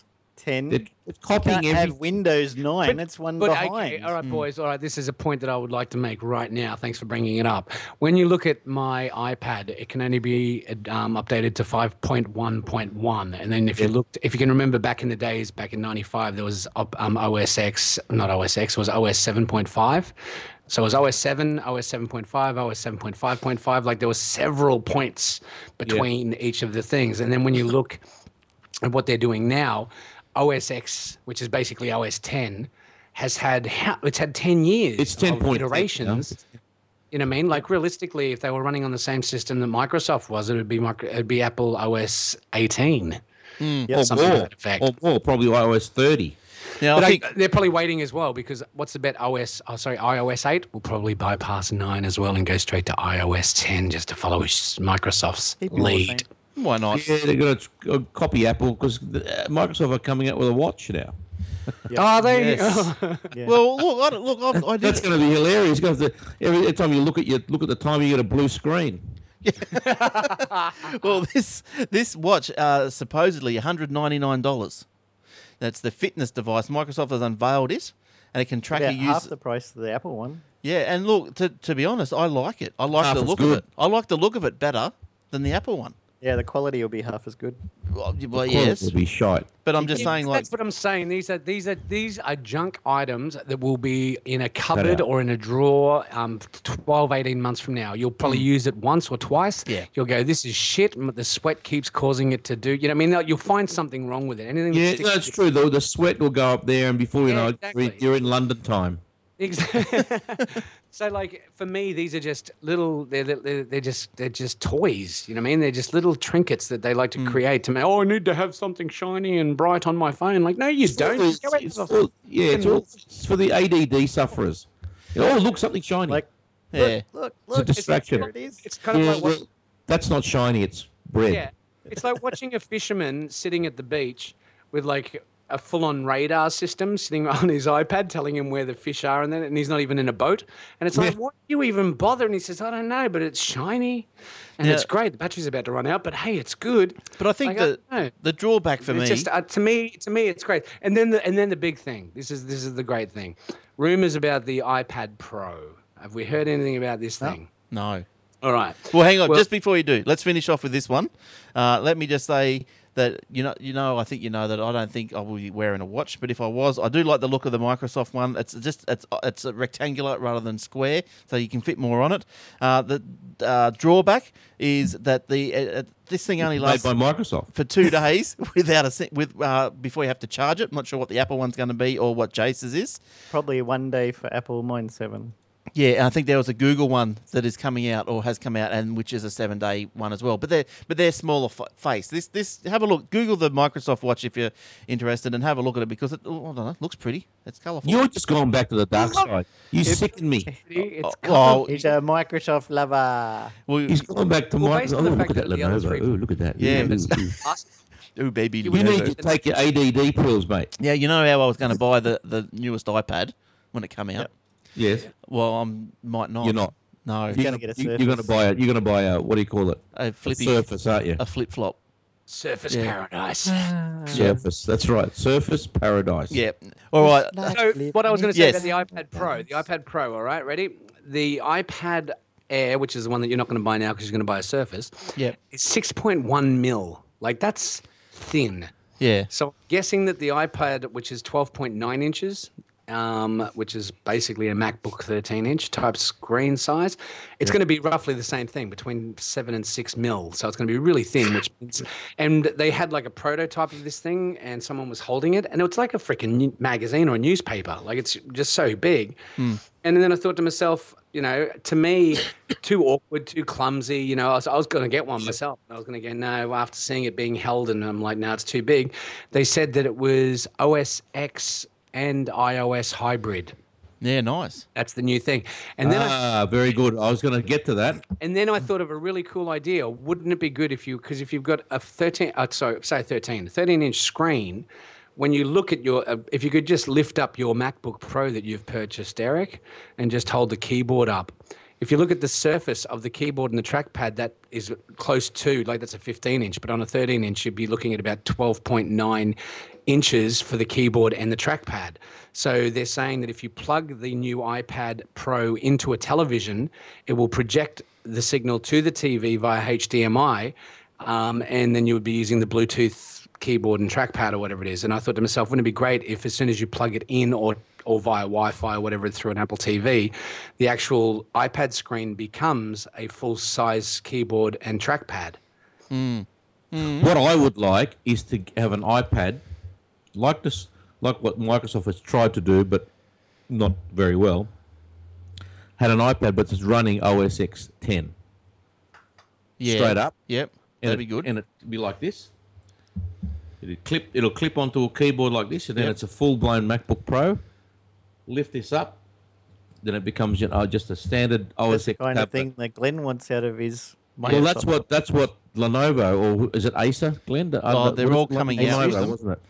[SPEAKER 4] They're, they're
[SPEAKER 3] can't
[SPEAKER 4] copying every
[SPEAKER 3] have Windows 9.
[SPEAKER 2] But-
[SPEAKER 3] it's one
[SPEAKER 2] But
[SPEAKER 3] behind. Mm.
[SPEAKER 2] okay, all right, boys. All right, this is a point that I would like to make right now. Thanks for bringing it up. When you look at my iPad, it can only be um, updated to 5.1.1. And then if you looked, if you can remember back in the days, back in '95, there was op- um, OS X, not OS X, it was OS 7.5. So it was OS 7, OS 7.5, OS 7.5.5. Like there were several points between each of the things. And then when you look and what they're doing now, OS X, which is basically OS 10, has had how, it's had 10 years.
[SPEAKER 4] It's 10
[SPEAKER 2] of
[SPEAKER 4] point eight,
[SPEAKER 2] iterations.
[SPEAKER 4] yeah.
[SPEAKER 2] You know what I mean? Like realistically, if they were running on the same system that Microsoft was, it would be micro, it'd be Apple OS 18.
[SPEAKER 4] or
[SPEAKER 2] something to
[SPEAKER 4] more,
[SPEAKER 2] that effect.
[SPEAKER 4] or more, probably iOS thirty.
[SPEAKER 1] Now,
[SPEAKER 2] But
[SPEAKER 1] I
[SPEAKER 2] I,
[SPEAKER 1] think,
[SPEAKER 2] they're probably waiting as well because what's the bet? OS, oh, sorry, iOS 8 will probably bypass 9 as well and go straight to iOS 10 just to follow s- Microsoft's
[SPEAKER 3] People are
[SPEAKER 2] lead.
[SPEAKER 3] saying-
[SPEAKER 1] why not?
[SPEAKER 4] Yeah, they're going to copy Apple because Microsoft are coming out with a watch now.
[SPEAKER 2] Oh, they
[SPEAKER 1] Yes.
[SPEAKER 3] Yeah.
[SPEAKER 1] Well, look, I, don't- look, I, I did.
[SPEAKER 4] That's going to be hilarious because the, every time you look at your look at the time, you get a blue screen.
[SPEAKER 1] Well, this this watch uh, supposedly one hundred ninety nine dollars. That's the fitness device. Mrosoft has unveiled it, and it can track
[SPEAKER 3] About
[SPEAKER 1] your
[SPEAKER 3] half
[SPEAKER 1] use.
[SPEAKER 3] the price of the Apple one.
[SPEAKER 1] Yeah, and look, to, to be honest, I like it. I like
[SPEAKER 4] Half
[SPEAKER 1] the
[SPEAKER 4] is
[SPEAKER 1] look
[SPEAKER 4] good.
[SPEAKER 1] of it. I like the look of it better than the Apple one.
[SPEAKER 3] Yeah, the quality will be half as good.
[SPEAKER 1] Well, y- well,
[SPEAKER 4] Of course
[SPEAKER 1] yes,
[SPEAKER 4] it'll be shite.
[SPEAKER 1] but I'm just
[SPEAKER 2] Yeah,
[SPEAKER 1] saying, like,
[SPEAKER 2] that's what I'm saying. These are these are these are junk items that will be in a
[SPEAKER 4] out.
[SPEAKER 2] cupboard or in a drawer um 12 18 months from now. You'll probably use it once or twice.
[SPEAKER 1] Yeah.
[SPEAKER 2] You'll go this is shit m- the sweat keeps causing it to do. You know what I mean? You'll find something wrong with it. Anything that
[SPEAKER 4] Yeah,
[SPEAKER 2] sticks
[SPEAKER 4] no, it's true. The, the sweat will go up there, and before you
[SPEAKER 2] Yeah,
[SPEAKER 4] know, it,
[SPEAKER 2] exactly.
[SPEAKER 4] you're in London time.
[SPEAKER 2] Exactly. so, like for me, these are just little. They're, they're they're just they're just toys. You know what I mean? They're just little trinkets that they like to create to make. Oh, I need to have something shiny and bright on my phone. Like, no, you don't.
[SPEAKER 4] It's-
[SPEAKER 2] Just go out
[SPEAKER 4] it's
[SPEAKER 2] and-
[SPEAKER 4] all- yeah, it's all it's for the ADD sufferers. You know, oh, look, something shiny.
[SPEAKER 3] Like,
[SPEAKER 1] yeah,
[SPEAKER 3] look,
[SPEAKER 4] it's a
[SPEAKER 3] look,
[SPEAKER 4] distraction.
[SPEAKER 3] there it is.
[SPEAKER 2] It's kind of
[SPEAKER 4] Yeah,
[SPEAKER 2] like what,
[SPEAKER 4] well, that's not shiny. It's red.
[SPEAKER 2] yeah, it's like watching a fisherman sitting at the beach with like a full-on radar system sitting on his iPad, telling him where the fish are, and then and he's not even in a boat. And it's like,
[SPEAKER 4] Yeah.
[SPEAKER 2] why do you even bother? And he says, I don't know, but it's shiny, and it's
[SPEAKER 1] Yeah.
[SPEAKER 2] great. The battery's about to run out, but hey, it's good.
[SPEAKER 1] but I think
[SPEAKER 2] Like, I
[SPEAKER 1] the
[SPEAKER 2] don't know.
[SPEAKER 1] the drawback for me,
[SPEAKER 2] It's just uh, to me, to me, it's great. And then the and then the big thing. This is this is the great thing. Rumors about the iPad Pro. Have we heard anything about this thing?
[SPEAKER 1] no.
[SPEAKER 2] All right.
[SPEAKER 1] Well, hang on,
[SPEAKER 2] Well-
[SPEAKER 1] just before you do, let's finish off with this one. Uh, let me just say that you know, you know, I think you know that I don't think I will be wearing a watch, but if I was, I do like the look of the Microsoft one. It's just it's it's a rectangular rather than square, so you can fit more on it. Uh, the uh, drawback is that the uh, uh, this thing only
[SPEAKER 4] Made
[SPEAKER 1] lasts
[SPEAKER 4] by Microsoft.
[SPEAKER 1] for two days without a se- with uh, before you have to charge it. I'm not sure what the Apple one's going to be or what Jace's is.
[SPEAKER 3] Probably one day for Apple, mine seven.
[SPEAKER 1] Yeah, and I think there was a Google one that is coming out or has come out, and which is a seven day one as well. But they're but they're smaller f- face. This this have a look. Google the Microsoft Watch if you're interested, and have a look at it because it oh, I don't know, it looks pretty. It's colourful.
[SPEAKER 4] You're just going back to the dark side. You sicken me.
[SPEAKER 2] It's
[SPEAKER 1] oh,
[SPEAKER 3] He's a Microsoft lover.
[SPEAKER 1] well,
[SPEAKER 4] He's going back to
[SPEAKER 2] Well, based
[SPEAKER 4] Microsoft.
[SPEAKER 2] on the
[SPEAKER 4] Oh, look
[SPEAKER 2] fact
[SPEAKER 4] at that
[SPEAKER 2] that the other three-
[SPEAKER 4] Lenovo. Oh, look at that.
[SPEAKER 1] Yeah,
[SPEAKER 4] Ooh,
[SPEAKER 1] that's-
[SPEAKER 4] ooh, ooh.
[SPEAKER 1] ooh, baby,
[SPEAKER 4] You need
[SPEAKER 1] Lenovo.
[SPEAKER 4] to take your ADD pills, mate.
[SPEAKER 1] yeah, you know how I was going to buy the the newest iPad when it come out.
[SPEAKER 4] Yes.
[SPEAKER 1] Well, I'm might not.
[SPEAKER 4] You're not.
[SPEAKER 1] No,
[SPEAKER 4] You're
[SPEAKER 3] gonna get a
[SPEAKER 4] you- You're going to
[SPEAKER 3] Surface.
[SPEAKER 4] buy a. You're going to buy a. What do you call it?
[SPEAKER 1] a
[SPEAKER 4] A
[SPEAKER 1] flippy
[SPEAKER 4] Surface, aren't you?
[SPEAKER 1] a flip flop.
[SPEAKER 2] Surface paradise.
[SPEAKER 4] Surface. That's right. Surface Paradise.
[SPEAKER 1] Yeah. All right.
[SPEAKER 2] So what I was going to say
[SPEAKER 1] Yes.
[SPEAKER 2] about the iPad Pro, the iPad Pro, all right, ready? The iPad Air, which is the one that you're not going to buy now because you're going to buy a Surface,
[SPEAKER 1] Yep.
[SPEAKER 2] is 6.1 mil. Like that's thin.
[SPEAKER 1] Yeah.
[SPEAKER 2] So I'm guessing that the iPad, which is 12.9 inches, um, which is basically a MacBook 13 inch type screen size, it's going to be roughly the same thing between seven and six mil. So it's going to be really thin. Which means, and they had like a prototype of this thing, and someone was holding it, and it's like a freaking magazine or a newspaper. Like it's just so big. And then I thought to myself, you know, to me, too awkward, too clumsy. You know, I was, I was going to get one myself. I was going to go, no, after seeing it being held, and I'm like, no, it's too big. They said that it was OS X and iOS hybrid.
[SPEAKER 1] Yeah. Nice.
[SPEAKER 2] That's the new thing. And then, I,
[SPEAKER 4] Ah, very good. I was going to get to that.
[SPEAKER 2] and then I thought of a really cool idea. Wouldn't it be good if you, because if you've got a 13, uh, sorry, say 13, 13 inch screen, when you look at your, uh, if you could just lift up your MacBook Pro that you've purchased, Eric, and just hold the keyboard up. If you look at the surface of the keyboard and the trackpad, that is close to, like that's a 15 inch, but on a 13 inch, you'd be looking at about 12.9 inches for the keyboard and the trackpad. So they're saying that if you plug the new iPad Pro into a television, it will project the signal to the TV via HDMI, um, and then you would be using the Bluetooth keyboard and trackpad or whatever it is. And I thought to myself, wouldn't it be great if as soon as you plug it in or or via Wi-Fi or whatever through an Apple TV, the actual iPad screen becomes a full-size keyboard and trackpad.
[SPEAKER 4] What I would like is to have an iPad, like this, like what Microsoft has tried to do, but not very well. Had an iPad, but it's running OS X 10,
[SPEAKER 1] Yeah.
[SPEAKER 4] Straight up.
[SPEAKER 1] Yep.
[SPEAKER 4] and
[SPEAKER 1] That'd
[SPEAKER 4] it-
[SPEAKER 1] be good.
[SPEAKER 4] And it'd be like this. It'll clip. It'll clip onto a keyboard like this, and then
[SPEAKER 1] Yep.
[SPEAKER 4] it's a full-blown MacBook Pro. Lift this up, then it becomes you know, just a standard
[SPEAKER 3] That's
[SPEAKER 4] OS
[SPEAKER 3] the
[SPEAKER 4] X
[SPEAKER 3] kind of
[SPEAKER 4] tablet.
[SPEAKER 3] thing that Glenn wants out of his.
[SPEAKER 4] Well,
[SPEAKER 3] Microsoft.
[SPEAKER 4] that's what that's what Lenovo or who- is it Acer, Glenn? The
[SPEAKER 1] Oh,
[SPEAKER 4] other-
[SPEAKER 1] they're
[SPEAKER 4] was
[SPEAKER 1] all
[SPEAKER 4] it
[SPEAKER 1] coming out
[SPEAKER 4] Lenovo,
[SPEAKER 1] with them.
[SPEAKER 4] wasn't it?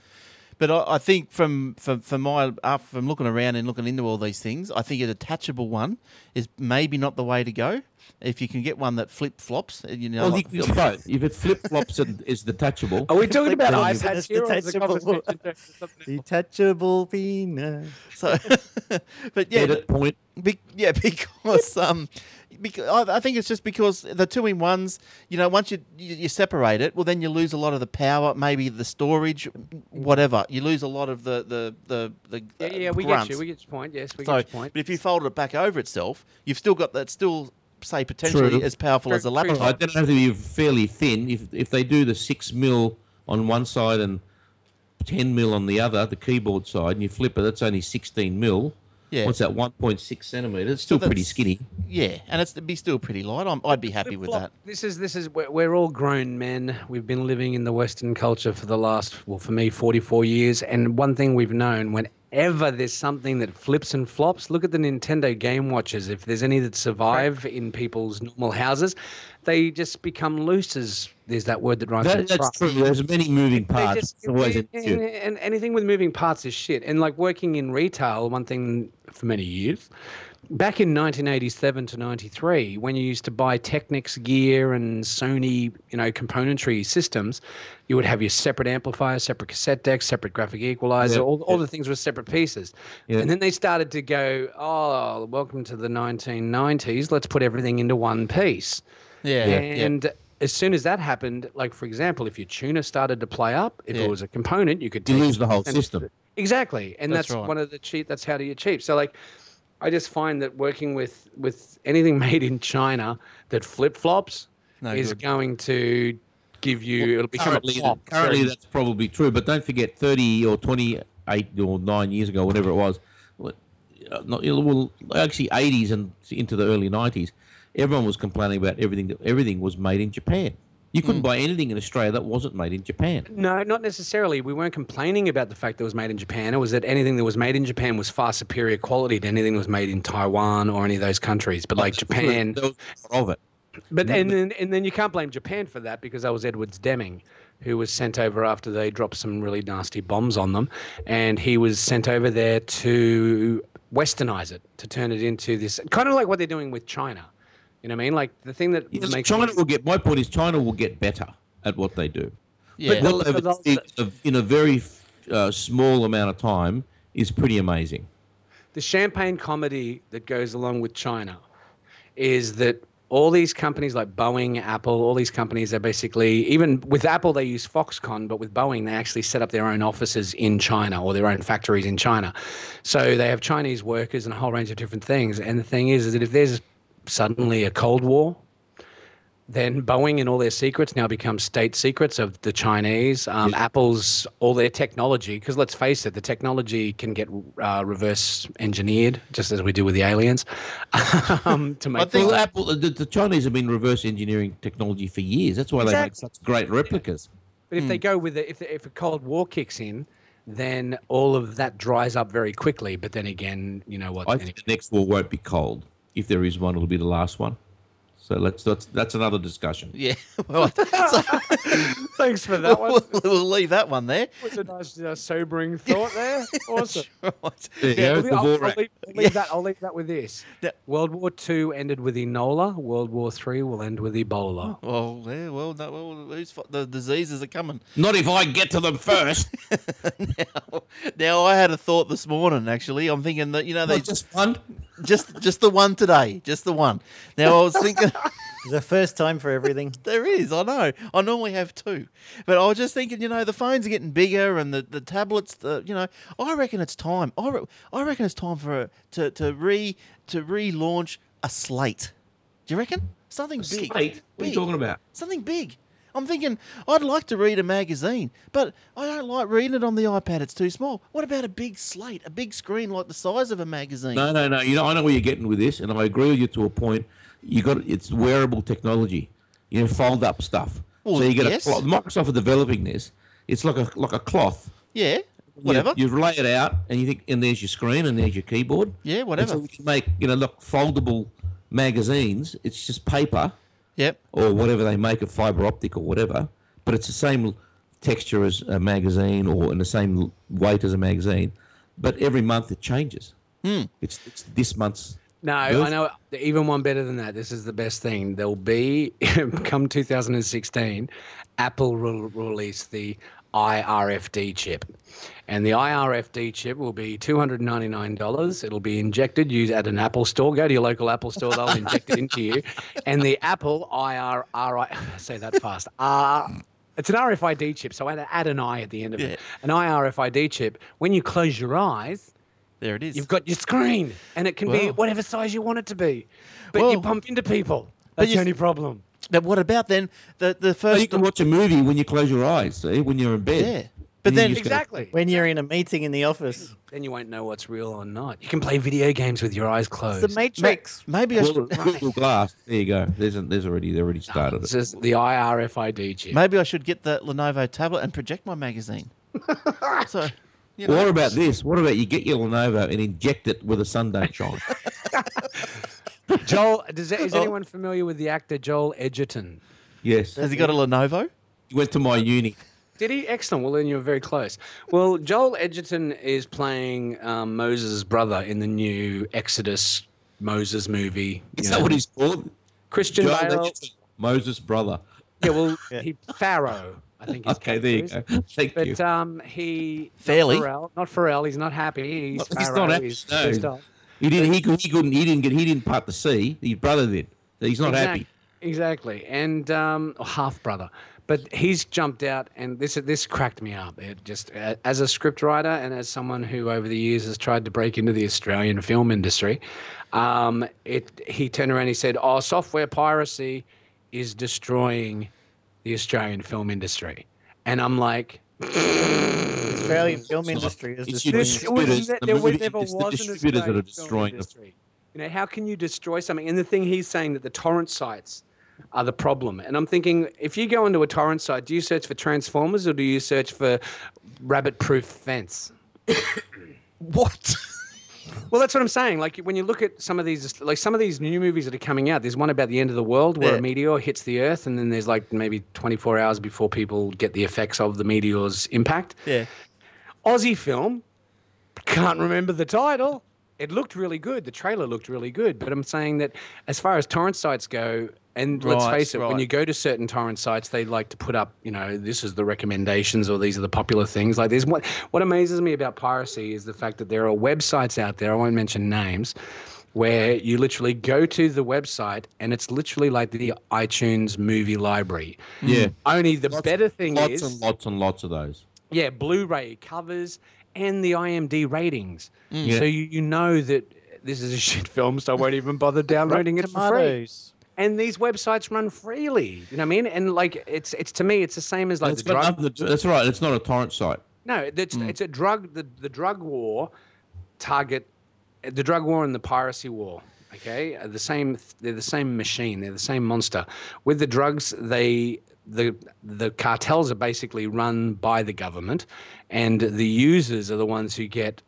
[SPEAKER 1] But I, I think from from from my uh, from looking around and looking into all these things, I think a detachable one is maybe not the way to go. If you can get one that flip flops, you know,
[SPEAKER 4] Well, you
[SPEAKER 1] like-
[SPEAKER 4] can get both. If it flip flops and is detachable,
[SPEAKER 2] Are we talking about
[SPEAKER 3] Detachable. It's
[SPEAKER 2] iPads here or is the
[SPEAKER 3] detachable.
[SPEAKER 2] conversation turning to something else?
[SPEAKER 3] detachable penis.
[SPEAKER 1] so. but yeah,
[SPEAKER 4] edit point.
[SPEAKER 1] Be- yeah, because um, because I, I think it's just because the two in ones. You know, once you, you you separate it, well, then you lose a lot of the power, maybe the storage, whatever. You lose a lot of the the the, the
[SPEAKER 2] Yeah,
[SPEAKER 1] uh,
[SPEAKER 2] yeah, we
[SPEAKER 1] grunt.
[SPEAKER 2] get you. We get your point. Yes, we
[SPEAKER 1] so,
[SPEAKER 2] get your point.
[SPEAKER 1] but if you folded it back over itself, you've still got that still say potentially
[SPEAKER 4] True.
[SPEAKER 1] as powerful
[SPEAKER 2] True,
[SPEAKER 1] as a
[SPEAKER 2] true.
[SPEAKER 1] laptop.
[SPEAKER 4] I don't have to be fairly thin. If if they do the six mil on one side and ten mil on the other, the keyboard side, and you flip it, that's only sixteen mil.
[SPEAKER 1] Yeah.
[SPEAKER 4] What's that? One point six centimeters. It's still pretty
[SPEAKER 1] that's-
[SPEAKER 4] skinny.
[SPEAKER 1] Yeah, and it's, it'd be still pretty light. I'm, I'd be happy with that.
[SPEAKER 2] Flip-flop. This is this is we're, we're all grown men. We've been living in the Western culture for the last, well, for me, 44 years. And one thing we've known whenever there's something that flips and flops, look at the Nintendo Game Watches. If there's any that survive in people's normal houses, they just become loose. As there's that word that rhymes
[SPEAKER 4] That,
[SPEAKER 2] with
[SPEAKER 4] that's
[SPEAKER 2] crust.
[SPEAKER 4] true. There's many
[SPEAKER 2] They
[SPEAKER 4] moving parts.
[SPEAKER 2] just-
[SPEAKER 4] It's always an
[SPEAKER 2] and,
[SPEAKER 4] issue.
[SPEAKER 2] and anything with moving parts is shit. And like working in retail, one thing for many years, back in 1987 to 93, when you used to buy Technics gear and Sony, you know, componentry systems, you would have your separate amplifier, separate cassette deck, separate graphic equalizer.
[SPEAKER 4] Yeah.
[SPEAKER 2] All, all the things were separate pieces.
[SPEAKER 4] Yeah.
[SPEAKER 2] And then they started to go, oh, welcome to the 1990s. Let's put everything into one piece.
[SPEAKER 1] Yeah, yeah.
[SPEAKER 2] And as soon as that happened, like for example, if your tuner started to play up, if
[SPEAKER 1] Yeah.
[SPEAKER 2] it was a component, you could
[SPEAKER 4] You
[SPEAKER 2] take
[SPEAKER 4] lose
[SPEAKER 2] it
[SPEAKER 4] the whole
[SPEAKER 2] and-
[SPEAKER 4] system.
[SPEAKER 2] Exactly, and
[SPEAKER 1] That's
[SPEAKER 2] that's,
[SPEAKER 1] right.
[SPEAKER 2] one of the cheat. That's how do you cheat? So like, I just find that working with with anything made in China that flip flops
[SPEAKER 1] No
[SPEAKER 2] is
[SPEAKER 1] good.
[SPEAKER 2] going to give you it'll become a
[SPEAKER 4] currently,
[SPEAKER 2] flop.
[SPEAKER 4] currently that's probably true. But don't forget, thirty or twenty-eight or nine years ago, whatever it was, what- uh, not well, actually eighties and into the early nineties, everyone was complaining about everything. That everything was made in Japan. You couldn't buy anything in Australia that wasn't made in Japan.
[SPEAKER 2] No, not necessarily. We weren't complaining about the fact that it was made in Japan. It was that anything that was made in Japan was far superior quality to anything that was made in Taiwan or any of those countries. But like Japan,
[SPEAKER 4] There was a lot of it.
[SPEAKER 2] But and then and then you can't blame Japan for that because that was Edwards Deming, who was sent over after they dropped some really nasty bombs on them, and he was sent over there to westernize it, to turn it into this kind of like what they're doing with China. You know what I mean? Like the thing that
[SPEAKER 4] Because
[SPEAKER 2] makes
[SPEAKER 4] China will get. My point is, China will get better at what they do.
[SPEAKER 1] Yeah.
[SPEAKER 4] But what
[SPEAKER 2] the-
[SPEAKER 4] they've
[SPEAKER 2] the-
[SPEAKER 4] achieved of- in a very uh, small amount of time is pretty amazing.
[SPEAKER 2] the champagne comedy that goes along with China is that all these companies like Boeing, Apple, all these companies are basically even with Apple they use Foxconn, but with Boeing they actually set up their own offices in China or their own factories in China. So they have Chinese workers and a whole range of different things. And the thing is, is that if there's suddenly a Cold War then Boeing and all their secrets now become state secrets of the Chinese. Um, Apple's all their technology, because let's face it, the technology can get uh, reverse engineered, just as we do with the aliens, um, to make.
[SPEAKER 4] Well,
[SPEAKER 2] things-
[SPEAKER 4] Apple, the, the Chinese have been reverse engineering technology for years. That's why they make
[SPEAKER 2] Exactly.
[SPEAKER 4] such great replicas.
[SPEAKER 2] but if they go with it, if, the, if a Cold War kicks in, then all of that dries up very quickly. But then again, you know what?
[SPEAKER 4] I think the next war won't be cold. If there is one, it'll be the last one. So let's that's that's another discussion.
[SPEAKER 1] Yeah. Well,
[SPEAKER 2] Thanks for that
[SPEAKER 1] we'll, we'll leave that one there.
[SPEAKER 2] was a nice uh, sobering thought there. Awesome.
[SPEAKER 1] Right.
[SPEAKER 4] There you go,
[SPEAKER 2] I'll,
[SPEAKER 4] the
[SPEAKER 2] I'll- I'll
[SPEAKER 4] Borat.
[SPEAKER 2] leave, I'll leave that, I'll leave that with this.
[SPEAKER 1] Yeah.
[SPEAKER 2] World War II ended with Enola. World War III will end with Ebola.
[SPEAKER 1] Well, yeah, well, no, well, who's fo- the diseases are coming?
[SPEAKER 4] Not if I get to them first.
[SPEAKER 1] now, now, I had a thought this morning. Actually, I'm thinking that you know they
[SPEAKER 4] Not
[SPEAKER 1] just
[SPEAKER 4] just one.
[SPEAKER 1] just just the one today, just the one. Now I was thinking.
[SPEAKER 3] It's the first time for everything.
[SPEAKER 1] There is, I know. I normally have two. But I was just thinking, you know, the phones are getting bigger and the, the tablets, the, you know, I reckon it's time. I, re- I reckon it's time for a, to, to re to relaunch a slate. Do you reckon? Something big.
[SPEAKER 4] Slate? What are you
[SPEAKER 1] Big.
[SPEAKER 4] talking about?
[SPEAKER 1] Something big. I'm thinking I'd like to read a magazine, but I don't like reading it on the iPad. It's too small. What about a big slate, a big screen like the size of a magazine?
[SPEAKER 4] No, no, no. You know, I know where you're getting with this, and I agree with you to a point. You got it's wearable technology. You know, fold up stuff.
[SPEAKER 1] Well,
[SPEAKER 4] so you get
[SPEAKER 1] yes.
[SPEAKER 4] a cloth. Microsoft are developing this. It's like a like a cloth.
[SPEAKER 1] Yeah,
[SPEAKER 4] You-
[SPEAKER 1] whatever.
[SPEAKER 4] You, lay it out, and you think, and there's your screen, and there's your keyboard.
[SPEAKER 1] Yeah,
[SPEAKER 4] And
[SPEAKER 1] whatever.
[SPEAKER 4] so we can make you know, look foldable magazines. It's just paper
[SPEAKER 1] Yep.
[SPEAKER 4] or whatever they make of fiber optic or whatever, but it's the same texture as a magazine or in the same weight as a magazine, but every month it changes.
[SPEAKER 1] Hmm.
[SPEAKER 4] It's, it's this month's.
[SPEAKER 2] No, I
[SPEAKER 4] Yes.
[SPEAKER 2] know even one better than that. This is the best thing. There'll be come 2016, Apple will release the IRFD chip, and the IRFD chip will be two hundred ninety nine dollars. It'll be injected. Use at an Apple store. Go to your local Apple store. They'll inject it into you, and the Apple IR say that fast. R it's an RFID chip, so add, add an I at the end of it. An IRFID chip. When you close your eyes,
[SPEAKER 1] There it is.
[SPEAKER 2] You've got your screen, and it can be
[SPEAKER 1] Wow.
[SPEAKER 2] whatever size you want it to be. But
[SPEAKER 1] Well-
[SPEAKER 2] you bump into people. That's
[SPEAKER 1] you-
[SPEAKER 2] the only problem.
[SPEAKER 1] Now, what about then the, the
[SPEAKER 4] So
[SPEAKER 1] first
[SPEAKER 4] you can watch a movie when you close your eyes, see, when you're in
[SPEAKER 1] Yeah.
[SPEAKER 4] bed.
[SPEAKER 1] But then,
[SPEAKER 4] you just gotta-
[SPEAKER 2] Exactly.
[SPEAKER 3] When you're in a meeting in the office,
[SPEAKER 2] Then you won't know what's real or not. You can play video games with your eyes closed.
[SPEAKER 3] the Matrix.
[SPEAKER 1] maybe I
[SPEAKER 4] Google,
[SPEAKER 1] should,
[SPEAKER 4] Google Glass. There you go. There's, a, there's already they already started
[SPEAKER 2] This
[SPEAKER 4] it.
[SPEAKER 2] is the IRFID chip.
[SPEAKER 1] maybe I should get the Lenovo tablet and project my magazine. so, you know,
[SPEAKER 4] What about this? What about you get your Lenovo and inject it with a sundae shine?
[SPEAKER 2] Joel, does,
[SPEAKER 1] Oh.
[SPEAKER 2] is anyone familiar with the actor Joel Edgerton?
[SPEAKER 4] yes.
[SPEAKER 1] has he got a Lenovo?
[SPEAKER 4] You went to my uni.
[SPEAKER 2] Did he? Excellent. Well, then you're very close. Well, Joel Edgerton is playing um, Moses' brother in the new Exodus Moses movie.
[SPEAKER 4] Is
[SPEAKER 2] you
[SPEAKER 4] that
[SPEAKER 2] know.
[SPEAKER 4] what he's called?
[SPEAKER 2] Christian
[SPEAKER 4] Joel
[SPEAKER 2] Bale.
[SPEAKER 4] Edgerton, Moses' brother.
[SPEAKER 2] Yeah, well, he Pharaoh. I think. his
[SPEAKER 4] Okay, there you
[SPEAKER 2] character is.
[SPEAKER 4] go. Thank you.
[SPEAKER 2] But um, he
[SPEAKER 1] Fairly.
[SPEAKER 2] not Pharrell, not Pharrell. He's not happy. He's,
[SPEAKER 4] Well, he's
[SPEAKER 2] Pharrell,
[SPEAKER 4] not happy,
[SPEAKER 2] He's
[SPEAKER 4] no.
[SPEAKER 2] pissed off.
[SPEAKER 4] He didn't. He, could- he couldn't. He didn't get. He didn't part the sea. His brother did. So He's not
[SPEAKER 2] Exact-
[SPEAKER 4] happy.
[SPEAKER 2] Exactly, and um, half brother. But he's jumped out, and this this cracked me up. It just a- as a scriptwriter and as someone who over the years has tried to break into the Australian film industry, um, it he turned around. and He said, "Oh, software piracy is destroying the Australian film industry," and I'm like.
[SPEAKER 3] Australian film industry is
[SPEAKER 4] It's
[SPEAKER 3] just
[SPEAKER 4] your
[SPEAKER 3] doing-
[SPEAKER 2] This- it was
[SPEAKER 4] distributors,
[SPEAKER 2] ne-
[SPEAKER 4] the
[SPEAKER 2] there was-
[SPEAKER 4] movie
[SPEAKER 2] never
[SPEAKER 4] industry-
[SPEAKER 2] was an
[SPEAKER 4] distributors that are
[SPEAKER 2] Australian film
[SPEAKER 4] destroying them.
[SPEAKER 2] industry. You know, how can you destroy something? And the thing he's saying that the torrent sites are the problem. And I'm thinking, if you go into a torrent site, do you search for Transformers or do you search for rabbit-proof fence?
[SPEAKER 1] What?
[SPEAKER 2] Well, that's what I'm saying. Like when you look at some of these, like some of these new movies that are coming out, there's one about the end of the world where
[SPEAKER 1] Yeah.
[SPEAKER 2] a meteor hits the Earth, and then there's like maybe 24 hours before people get the effects of the meteor's impact.
[SPEAKER 1] yeah.
[SPEAKER 2] Aussie film. Can't remember the title. It looked really good. The trailer looked really good. But I'm saying that as far as torrent sites go, and let's
[SPEAKER 1] Right,
[SPEAKER 2] face it, when
[SPEAKER 1] right.
[SPEAKER 2] you go to certain torrent sites, they like to put up, you know, this is the recommendations or these are the popular things. Like this, what what amazes me about piracy is the fact that there are websites out there. I won't mention names. Where you literally go to the website and it's literally like the iTunes movie library.
[SPEAKER 4] Yeah.
[SPEAKER 2] Only the better thing
[SPEAKER 4] Lots
[SPEAKER 2] Mm. is
[SPEAKER 4] and lots and lots of those.
[SPEAKER 2] yeah, Blu-ray covers and the IMD ratings.
[SPEAKER 4] Mm. Yeah.
[SPEAKER 2] So you, you know that this is a shit film, so I won't even bother downloading it for free.
[SPEAKER 3] Tomatoes.
[SPEAKER 2] And these websites run freely. You know what I mean? And like it's it's to me, it's the same as like
[SPEAKER 4] It's
[SPEAKER 2] the
[SPEAKER 4] got
[SPEAKER 2] drug.
[SPEAKER 4] nothing to do- that's right. It's not a torrent site.
[SPEAKER 2] No, it's it's a drug. The the drug war target, the drug war and the piracy war. Okay, are the same. They're the same machine. They're the same monster. With the drugs, they the the cartels are basically run by the government, and the users are the ones who get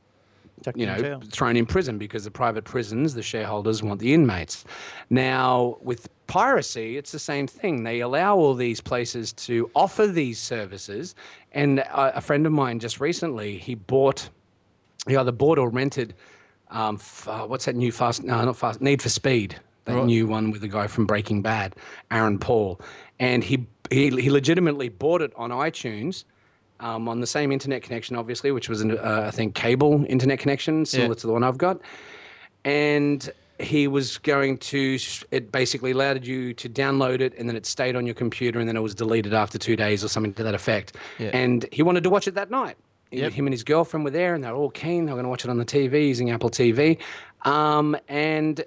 [SPEAKER 3] Chucked
[SPEAKER 2] you
[SPEAKER 3] in
[SPEAKER 2] know
[SPEAKER 3] jail.
[SPEAKER 2] thrown in prison because the private prisons, the shareholders want the inmates. Now with piracy, it's the same thing. They allow all these places to offer these services, and uh, a, a friend of mine just recently he bought, he either bought or rented, um, f- uh, what's that new fast? No, not fast. Need for Speed, that new one with the guy from Breaking Bad, Aaron Paul, and he he, he legitimately bought it on iTunes um, on the same internet connection, obviously, which was, an, uh, I think, cable internet connection, similar to the one I've got. And he was going to, s- it basically allowed you to download it and then it stayed on your computer and then it was deleted after two days or something to that effect. And he wanted to watch it that night. He- Him and his girlfriend were there and they were all keen. They were going to watch it on the TV using Apple TV. Um, and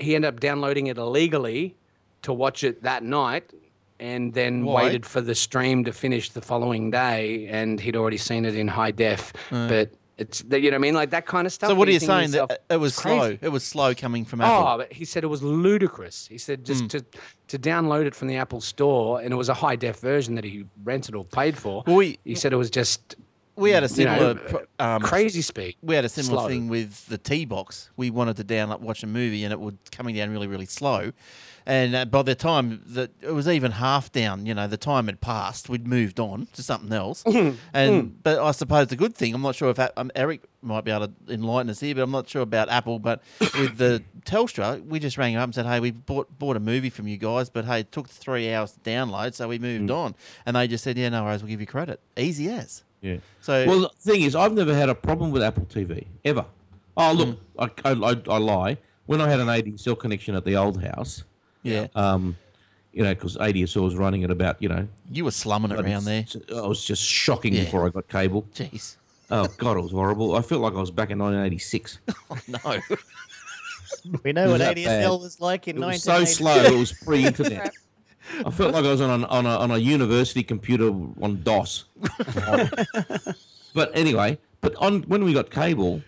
[SPEAKER 2] he ended up downloading it illegally to watch it that night and then
[SPEAKER 1] Why?
[SPEAKER 2] waited for the stream to finish the following day and he'd already seen it in high def but it's you know what i mean like that kind of stuff
[SPEAKER 1] So what
[SPEAKER 2] where
[SPEAKER 1] are you
[SPEAKER 2] think to
[SPEAKER 1] saying?
[SPEAKER 2] yourself,
[SPEAKER 1] That it was
[SPEAKER 2] "It's crazy."
[SPEAKER 1] slow. It was slow coming from Apple. Hmm.
[SPEAKER 2] Oh, but he said it was ludicrous. He said just to, to download it from the Apple Store, and it was a high def version that he rented or paid for.
[SPEAKER 1] Well, we-
[SPEAKER 2] he said it was just
[SPEAKER 1] we had a
[SPEAKER 2] you know,
[SPEAKER 1] similar pr- um,
[SPEAKER 2] crazy speak.
[SPEAKER 1] We had a similar
[SPEAKER 2] Slow.
[SPEAKER 1] thing with the T box. We wanted to download, watch a movie, and it would coming down really, really slow. And uh, by the time that it was even half down, you know, the time had passed. We'd moved on to something else. and but I suppose the good thing, I'm not sure if A- um, Eric might be able to enlighten us here, but I'm not sure about Apple. But with the Telstra, we just rang up and said, "Hey, we bought bought a movie from you guys, but hey, it took three hours to download, so we moved on." And they just said, "Yeah, no worries, we'll give you credit. Easy as."
[SPEAKER 4] Yeah.
[SPEAKER 1] So
[SPEAKER 4] Well, the thing is, I've never had a problem with Apple TV ever. Oh,
[SPEAKER 1] Hmm.
[SPEAKER 4] look, I, I, I, I lie. When I had an ADSL connection at the old house,
[SPEAKER 1] yeah,
[SPEAKER 4] um, you know, because ADSL was running at about, you know,
[SPEAKER 1] you were slumming it around there.
[SPEAKER 4] I was just shocking
[SPEAKER 1] Yeah.
[SPEAKER 4] before I got cable.
[SPEAKER 1] Jeez.
[SPEAKER 4] Oh God, it was horrible. I felt like I was back in 1986. It
[SPEAKER 1] Oh, No.
[SPEAKER 3] We know what
[SPEAKER 4] that
[SPEAKER 3] ADSL
[SPEAKER 4] bad.
[SPEAKER 3] was like in
[SPEAKER 4] was so
[SPEAKER 3] 1980.
[SPEAKER 4] slow. It was pre-internet. I felt like I was on, an, on, a, on a university computer on DOS. but anyway, but on when we got cable,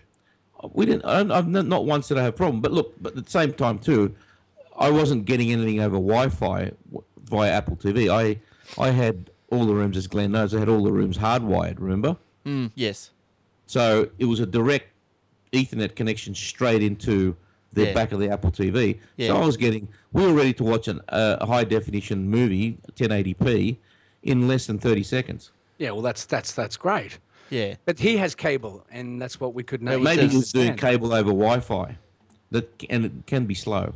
[SPEAKER 4] we didn't. I don't, I've not, not once did I have a problem. But look, but at the same time too, I wasn't getting anything over Wi-Fi w- via Apple TV. I I had all the rooms, as Glenn knows, I had all the rooms hardwired. Remember?
[SPEAKER 1] Mm, yes.
[SPEAKER 4] So it was a direct Ethernet connection straight into the
[SPEAKER 1] Yeah.
[SPEAKER 4] back of the Apple TV.
[SPEAKER 1] Yeah.
[SPEAKER 4] So I was getting, we were ready to watch an, uh, a high definition movie, 1080p, in less than 30 seconds.
[SPEAKER 2] Yeah, well, that's that's that's great.
[SPEAKER 1] Yeah.
[SPEAKER 2] But he has cable, and that's what we could know.
[SPEAKER 4] Maybe
[SPEAKER 1] just
[SPEAKER 4] he was doing cable over Wi Fi. That c- and it can be slow.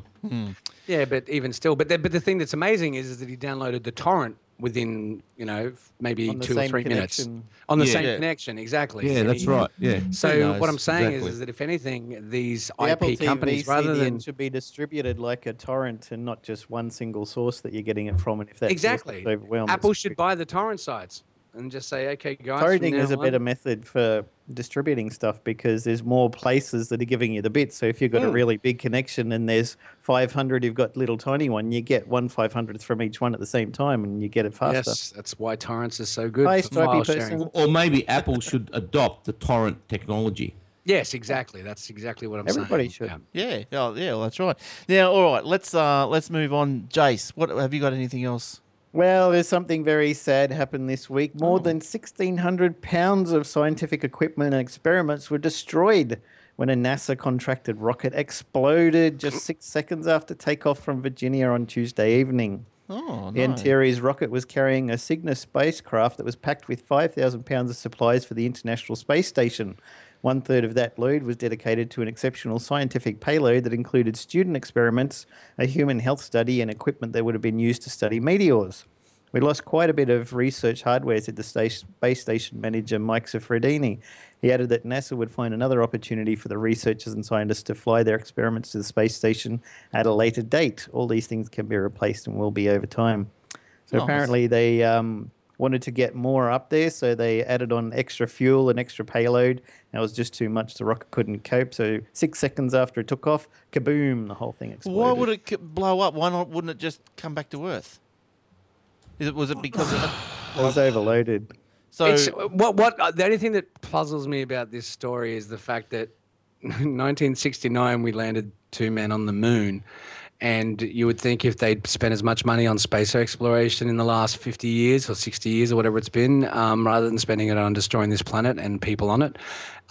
[SPEAKER 2] Yeah, but even still, but the, but the thing that's amazing is, is that he downloaded the torrent within you know f- maybe
[SPEAKER 3] On the
[SPEAKER 2] two or
[SPEAKER 3] same
[SPEAKER 2] three minutes
[SPEAKER 3] connection.
[SPEAKER 2] on the
[SPEAKER 4] Yeah.
[SPEAKER 2] same
[SPEAKER 4] Yeah.
[SPEAKER 2] connection. Exactly.
[SPEAKER 4] Yeah,
[SPEAKER 2] So
[SPEAKER 4] that's
[SPEAKER 2] he-
[SPEAKER 4] right. Yeah,
[SPEAKER 2] So what I'm saying
[SPEAKER 4] Exactly.
[SPEAKER 2] is, is that if anything, these
[SPEAKER 3] The
[SPEAKER 2] IP
[SPEAKER 3] Apple TV
[SPEAKER 2] companies, rather
[SPEAKER 3] CDN
[SPEAKER 2] than
[SPEAKER 3] should be distributed like a torrent and not just one single source that you're getting it from. And if that source is
[SPEAKER 2] exactly,
[SPEAKER 3] overwhelmed,
[SPEAKER 2] Apple
[SPEAKER 3] it's
[SPEAKER 2] should
[SPEAKER 3] pretty-
[SPEAKER 2] buy the torrent sites and just say, okay, guys, from
[SPEAKER 3] Torrenting is
[SPEAKER 2] now
[SPEAKER 3] a better
[SPEAKER 2] on-
[SPEAKER 3] method for distributing stuff because there's more places that are giving you the bits. So if you've
[SPEAKER 2] Hmm.
[SPEAKER 3] got a really big connection and there's 500, you've got little tiny one, you get one 500th from each one at the same time and you get it faster.
[SPEAKER 2] Yes, that's why torrents is so good.
[SPEAKER 3] Hi,
[SPEAKER 2] for
[SPEAKER 3] stripey
[SPEAKER 2] file
[SPEAKER 3] person.
[SPEAKER 2] sharing.
[SPEAKER 4] Or maybe Apple should adopt the torrent technology.
[SPEAKER 2] Yes, exactly. That's exactly what I'm
[SPEAKER 3] Everybody
[SPEAKER 2] saying.
[SPEAKER 3] should.
[SPEAKER 1] Yeah. Oh, yeah. Well, that's right. Now, all right. Let's uh, let's move on. Jace, what have you got? Anything else?
[SPEAKER 3] Well, there's something very sad happened this week. More
[SPEAKER 2] Hmm.
[SPEAKER 3] than 1,600 pounds of scientific equipment and experiments were destroyed when a NASA contracted rocket exploded just six seconds after takeoff from Virginia on Tuesday evening.
[SPEAKER 1] Oh,
[SPEAKER 3] The
[SPEAKER 1] nice.
[SPEAKER 3] Antares rocket was carrying a Cygnus spacecraft that was packed with 5,000 pounds of supplies for the International Space Station. One third of that load was dedicated to an exceptional scientific payload that included student experiments, a human health study, and equipment that would have been used to study meteors. We lost quite a bit of research hardware, said the station, base station manager Mike Sofredini. He added that NASA would find another opportunity for the researchers and scientists to fly their experiments to the space station at a later date. All these things can be replaced and will be over time. So
[SPEAKER 1] Nice.
[SPEAKER 3] apparently they um, wanted to get more up there, so they added on extra fuel and extra payload. That was just too much. The rocket couldn't cope. So six seconds after it took off, kaboom! The whole thing exploded.
[SPEAKER 1] Why would it c- blow up? Why not? Wouldn't it just come back to Earth? Is it was it because of
[SPEAKER 3] It was overloaded.
[SPEAKER 1] so
[SPEAKER 2] It's, what what uh, the only thing that puzzles me about this story is the fact that 1969 we landed two men on the moon, and you would think if they'd spent as much money on space exploration in the last 50 years or 60 years or whatever it's been, um, rather than spending it on destroying this planet and people on it,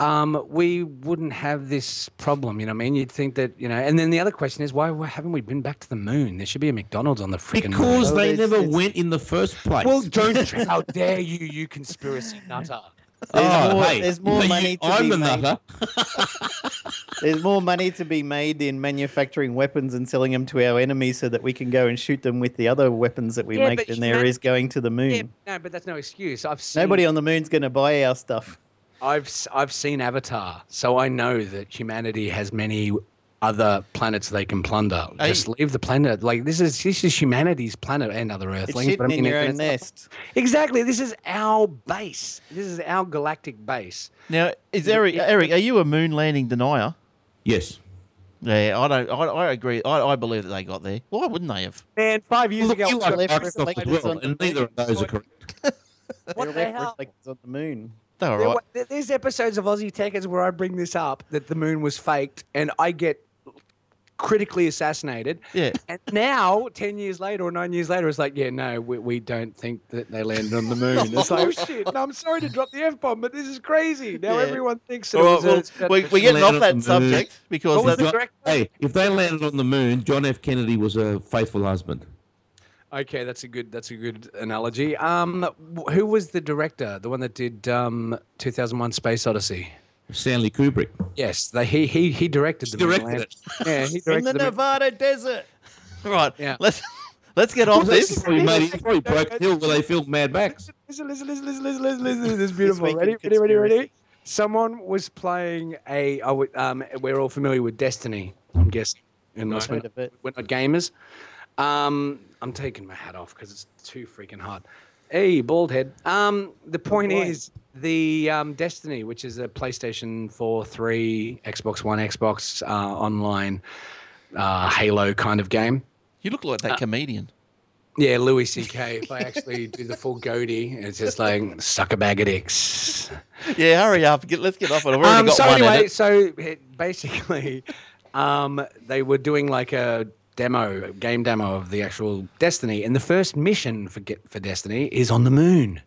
[SPEAKER 2] um, we wouldn't have this problem. You know what I mean? You'd think that you know. And then the other question is why, why haven't we been back to the moon? There should be a McDonald's on the freaking moon.
[SPEAKER 4] Because
[SPEAKER 3] Well,
[SPEAKER 4] they
[SPEAKER 3] it's-
[SPEAKER 4] never
[SPEAKER 3] it's-
[SPEAKER 4] went in the first place.
[SPEAKER 2] Well, don't how dare you, you conspiracy nutter.
[SPEAKER 3] There's
[SPEAKER 4] Oh,
[SPEAKER 3] more-
[SPEAKER 4] hey,
[SPEAKER 3] there's more
[SPEAKER 4] you-
[SPEAKER 3] money to
[SPEAKER 4] I'm
[SPEAKER 3] be
[SPEAKER 4] a
[SPEAKER 3] made.
[SPEAKER 4] nutter.
[SPEAKER 3] There's more money to be made in manufacturing weapons and selling them to our enemies so that we can go and shoot them with the other weapons that we
[SPEAKER 2] Yeah,
[SPEAKER 3] make
[SPEAKER 2] but
[SPEAKER 3] than there
[SPEAKER 2] human-
[SPEAKER 3] is going to the moon.
[SPEAKER 2] Yeah, no, but that's no excuse. I've seen
[SPEAKER 3] Nobody on the moon's going to buy our stuff.
[SPEAKER 2] I've s- I've seen Avatar, so I know that humanity has many other planets they can plunder.
[SPEAKER 1] Hey.
[SPEAKER 2] Just leave the planet. Like this is this is humanity's planet and other
[SPEAKER 3] It's
[SPEAKER 2] Earthlings. but I
[SPEAKER 3] shitting in
[SPEAKER 2] mean,
[SPEAKER 3] your
[SPEAKER 2] it's-
[SPEAKER 3] own nest.
[SPEAKER 2] Exactly. This is our base. This is our galactic base.
[SPEAKER 1] now is Eric? Eric, are you a moon landing denier?
[SPEAKER 4] Yes.
[SPEAKER 1] Yeah, I don't. I, I agree. I, I believe that they got there. Why wouldn't they have?
[SPEAKER 2] Man, five years
[SPEAKER 4] Look,
[SPEAKER 2] ago,
[SPEAKER 4] you
[SPEAKER 3] got
[SPEAKER 4] are
[SPEAKER 3] left
[SPEAKER 4] Microsoft
[SPEAKER 3] reflectors
[SPEAKER 4] as well,
[SPEAKER 3] on the
[SPEAKER 4] and neither of those are correct.
[SPEAKER 2] what the
[SPEAKER 3] They're
[SPEAKER 2] hell?
[SPEAKER 3] reflectors on the moon.
[SPEAKER 1] They were
[SPEAKER 2] There
[SPEAKER 1] right.
[SPEAKER 2] wa- there- there's episodes of Aussie Techers where I bring this up that the moon was faked, and I get critically assassinated.
[SPEAKER 1] Yeah.
[SPEAKER 2] And now, ten years later or nine years later, it's like, yeah, no, we, we don't think that they landed on the moon. It's like, oh shit! No, I'm sorry to drop the f bomb, but this is crazy. Now
[SPEAKER 3] Yeah.
[SPEAKER 2] everyone thinks that
[SPEAKER 1] All
[SPEAKER 2] it
[SPEAKER 1] right,
[SPEAKER 2] was.
[SPEAKER 1] well,
[SPEAKER 2] a-
[SPEAKER 1] we, we're getting
[SPEAKER 4] Landed
[SPEAKER 1] off
[SPEAKER 4] on
[SPEAKER 1] that
[SPEAKER 4] the moon.
[SPEAKER 1] subject because
[SPEAKER 2] What was
[SPEAKER 1] that,
[SPEAKER 2] the
[SPEAKER 4] John-
[SPEAKER 2] correct one?
[SPEAKER 4] hey, if they landed on the moon, John F. Kennedy was a faithful husband.
[SPEAKER 2] okay, that's a good that's a good analogy. Um, wh- who was the director? The one that did um 2001: Space Odyssey.
[SPEAKER 4] Stanley Kubrick.
[SPEAKER 2] Yes, they, he he he directed the moon
[SPEAKER 4] directed
[SPEAKER 2] land-
[SPEAKER 4] it.
[SPEAKER 2] Yeah, he directed
[SPEAKER 3] In the
[SPEAKER 2] moon-
[SPEAKER 3] Nevada desert.
[SPEAKER 1] right.
[SPEAKER 2] Yeah.
[SPEAKER 1] Let's let's get
[SPEAKER 3] Oh,
[SPEAKER 1] off
[SPEAKER 4] This
[SPEAKER 1] this.
[SPEAKER 4] is probably, made, it probably broke the hill where they filmed Mad Max.
[SPEAKER 2] Listen, listen, listen, listen, listen, listen, listen. This is beautiful.
[SPEAKER 3] week in
[SPEAKER 2] Ready, ready, ready,
[SPEAKER 3] conspiracy.
[SPEAKER 2] ready. Someone was playing a. I would, um, we're all familiar with Destiny, I'm guessing. Unless
[SPEAKER 3] Right.
[SPEAKER 2] we're, not, we're not gamers. Um, I'm taking my hat off because it's too freaking hot. Hey, bald head. Um, the point
[SPEAKER 3] Why?
[SPEAKER 2] is the um, Destiny, which is a PlayStation 4, 3, Xbox One, Xbox uh, online uh, Halo kind of game.
[SPEAKER 1] You look like that comedian.
[SPEAKER 2] Yeah, Louis C.K. If I actually do the full goatee, it's just like suck a bag of dicks.
[SPEAKER 1] Yeah, hurry up. Get, let's get off it. I've already
[SPEAKER 2] Um,
[SPEAKER 1] got
[SPEAKER 2] so
[SPEAKER 1] one.
[SPEAKER 2] anyway,
[SPEAKER 1] edit.
[SPEAKER 2] so it- basically, um, they were doing like a demo, a game demo of the actual Destiny, and the first mission for get, for Destiny is on the moon.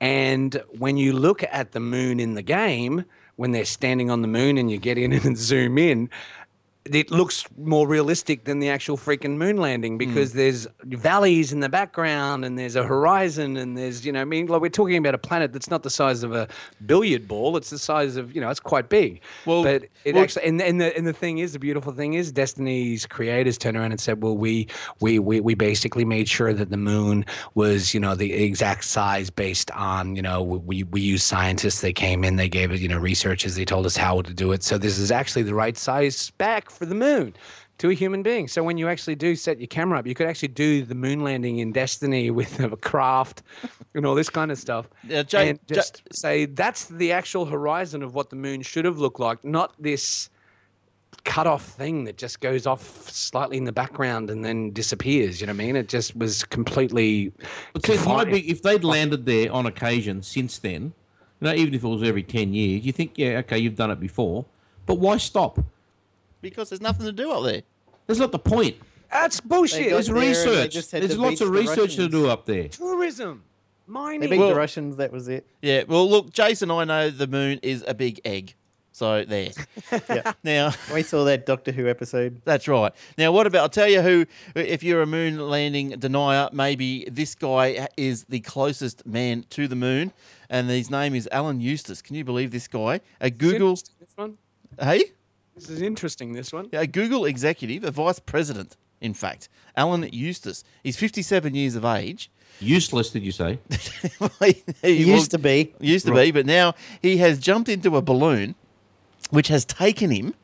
[SPEAKER 2] And when you look at the moon in the game, when they're standing on the moon and you get in and zoom in, it looks more realistic than the actual freaking moon
[SPEAKER 1] Hmm.
[SPEAKER 2] landing because there's valleys in the background and there's a horizon and there's you know I mean like we're talking about a planet that's not the size of a billiard ball it's the size of you know it's quite big
[SPEAKER 1] Well-
[SPEAKER 2] but it
[SPEAKER 1] well-
[SPEAKER 2] actually and, and the and the thing is the beautiful thing is Destiny's creators turned around and said well we we we, we basically made sure that the moon was you know the exact size based on you know we we used scientists they came in they gave it you know researchers they told us how to do it so this is actually the right size spec for the moon to a human being so when you actually do set your camera up you could actually do the moon landing in destiny with a craft and all this kind of stuff
[SPEAKER 1] Yeah, Jay-
[SPEAKER 2] and
[SPEAKER 1] Jay-
[SPEAKER 2] just say that's the actual horizon of what the moon should have looked like not this cut off thing that just goes off slightly in the background and then disappears. You know what I mean? It just was completely.
[SPEAKER 4] But see, it might
[SPEAKER 2] confined.
[SPEAKER 4] be, if they'd landed there on occasion since then, you know, even if it was every 10 years, you think, yeah, okay, you've done it before, but why stop?
[SPEAKER 1] because there's nothing to do up there.
[SPEAKER 4] That's not the point.
[SPEAKER 2] That's
[SPEAKER 3] They got
[SPEAKER 2] bullshit.
[SPEAKER 4] There's
[SPEAKER 3] there and they
[SPEAKER 4] research.
[SPEAKER 3] just had
[SPEAKER 4] There's
[SPEAKER 3] to
[SPEAKER 4] lots
[SPEAKER 3] beat
[SPEAKER 4] of
[SPEAKER 3] the
[SPEAKER 4] research to
[SPEAKER 3] Russians.
[SPEAKER 4] do up there.
[SPEAKER 2] tourism,
[SPEAKER 3] They
[SPEAKER 2] mining.
[SPEAKER 3] beat
[SPEAKER 1] Well-
[SPEAKER 3] the Russians. That was it.
[SPEAKER 1] Yeah. Well, look, Jason, I know the moon is a big egg. So there.
[SPEAKER 3] Yeah.
[SPEAKER 1] Now.
[SPEAKER 3] We saw that Doctor Who episode.
[SPEAKER 1] That's right. Now, what about? I'll tell you who, if you're a moon landing denier, maybe this guy is the closest man to the moon. And his name is Alan Eustace. Can you believe this guy? A Google,
[SPEAKER 2] Interesting, This one.
[SPEAKER 1] hey?
[SPEAKER 2] This is interesting. This one.
[SPEAKER 1] A Google executive, a vice president, in fact, Alan Eustace. He's 57 years of age.
[SPEAKER 4] Useless, did you say?
[SPEAKER 1] he
[SPEAKER 3] It
[SPEAKER 1] will-
[SPEAKER 3] used to be.
[SPEAKER 1] used to be, but now he has jumped into a balloon, which has taken him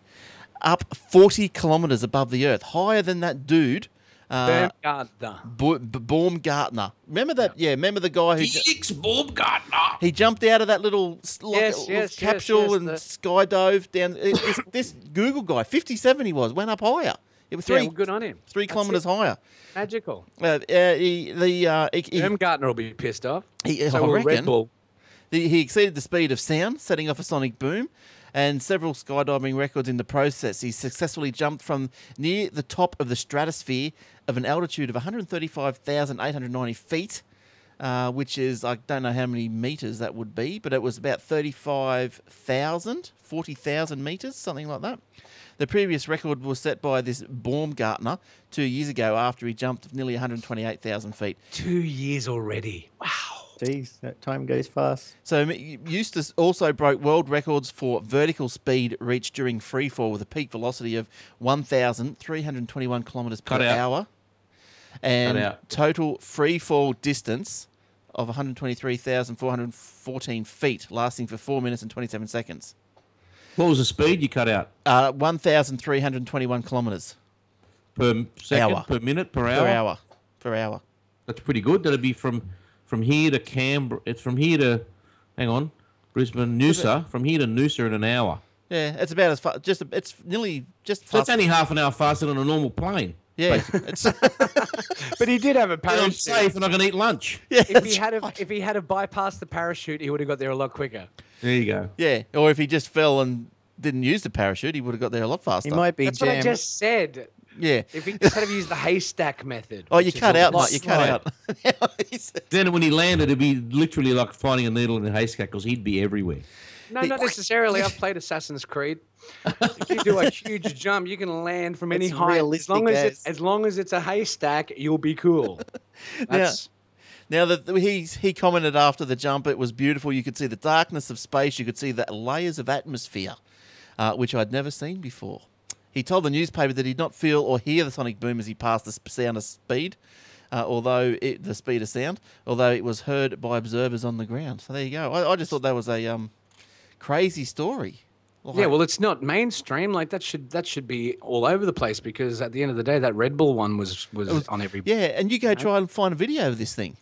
[SPEAKER 1] up 40 kilometers above the Earth, higher than that dude. Uh,
[SPEAKER 2] Baumgartner.
[SPEAKER 1] Bo- B- Baumgartner. Remember that? Yeah, remember the guy who ju-
[SPEAKER 4] Felix Baumgartner.
[SPEAKER 1] he jumped out of that little, s- like,
[SPEAKER 2] Yes,
[SPEAKER 1] little
[SPEAKER 2] yes, yes,
[SPEAKER 1] capsule
[SPEAKER 2] yes,
[SPEAKER 1] and
[SPEAKER 2] the-
[SPEAKER 1] skydove down. it- it's- this Google guy, fifty-seven, he was, went up higher. It was
[SPEAKER 2] Yeah,
[SPEAKER 1] three,
[SPEAKER 2] well, good on him.
[SPEAKER 1] three
[SPEAKER 2] That's
[SPEAKER 1] kilometers
[SPEAKER 2] it.
[SPEAKER 1] higher.
[SPEAKER 2] Magical.
[SPEAKER 1] Uh, uh, he, the uh, he, he-
[SPEAKER 2] Baumgartner will be pissed off.
[SPEAKER 1] He- I
[SPEAKER 2] so will
[SPEAKER 1] reckon.
[SPEAKER 2] Red Bull.
[SPEAKER 1] The, he exceeded the speed of sound, setting off a sonic boom and several skydiving records in the process. He successfully jumped from near the top of the stratosphere of an altitude of 135,890 feet, uh, which is, I don't know how many meters that would be, but it was about 35,000, 40,000 meters, something like that. The previous record was set by this Baumgartner two years ago after he jumped nearly 128,000 feet.
[SPEAKER 2] Two years already.
[SPEAKER 3] Jeez, that time goes fast.
[SPEAKER 1] So M- Eustace also broke world records for vertical speed reached during free fall with a peak velocity of 1,321 kilometers per
[SPEAKER 4] Cut out.
[SPEAKER 1] hour and
[SPEAKER 4] out.
[SPEAKER 1] total free fall distance of 123,414 feet, lasting for 4 minutes and 27 seconds.
[SPEAKER 4] What was the speed you cut out
[SPEAKER 1] Uh, 1,321 kilometers
[SPEAKER 4] per second,
[SPEAKER 1] Hour.
[SPEAKER 4] per minute, per
[SPEAKER 1] per
[SPEAKER 4] hour?
[SPEAKER 1] hour. Per hour.
[SPEAKER 4] That's pretty good. That'd be from from here to Canberra. It's from here to, hang on, Brisbane, Noosa. From here to Noosa in an hour.
[SPEAKER 1] Yeah, it's about as fast. Just it's nearly just
[SPEAKER 4] So
[SPEAKER 1] fast.
[SPEAKER 4] that's only half an hour faster than a normal plane.
[SPEAKER 1] yeah, it's
[SPEAKER 2] But he did have a
[SPEAKER 4] And I'm
[SPEAKER 2] parachute.
[SPEAKER 4] safe and I can eat lunch.
[SPEAKER 1] yeah.
[SPEAKER 2] If he had a, if he had a bypassed the parachute, he would have got there a lot quicker.
[SPEAKER 4] There you go.
[SPEAKER 1] Yeah, or if he just fell and didn't use the parachute, he would have got there a lot faster.
[SPEAKER 3] He might be
[SPEAKER 2] That's what I
[SPEAKER 3] jammed.
[SPEAKER 2] just said.
[SPEAKER 1] Yeah.
[SPEAKER 2] If he just had have used the haystack method.
[SPEAKER 1] Oh,
[SPEAKER 2] which
[SPEAKER 1] you
[SPEAKER 2] is
[SPEAKER 1] cut
[SPEAKER 2] a
[SPEAKER 1] out,
[SPEAKER 2] lot
[SPEAKER 1] mate. You cut
[SPEAKER 4] slower.
[SPEAKER 1] out. Now he's-
[SPEAKER 4] Then when he landed, it'd be literally like finding a needle in a haystack because he'd be everywhere.
[SPEAKER 2] No, not necessarily. I've played Assassin's Creed. If you do a huge jump, you can land from any
[SPEAKER 3] It's
[SPEAKER 2] height. As
[SPEAKER 3] realistic
[SPEAKER 2] long as,
[SPEAKER 3] as-
[SPEAKER 2] it's, as long as it's a haystack, you'll be cool. That's
[SPEAKER 1] now that he's he commented after the jump, it was beautiful. You could see the darkness of space. You could see the layers of atmosphere, uh, which I'd never seen before. He told the newspaper that he did not feel or hear the sonic boom as he passed the sp- sound of speed, uh, although it, the speed of sound, although it was heard by observers on the ground. So there you go. I, I just thought that was a um, crazy story.
[SPEAKER 2] yeah.
[SPEAKER 1] Like-
[SPEAKER 2] Well, it's not mainstream. Like that should that should be all over the place because at the end of the day, that Red Bull one was was, on every.
[SPEAKER 1] Yeah, and you go try and find a video of this thing.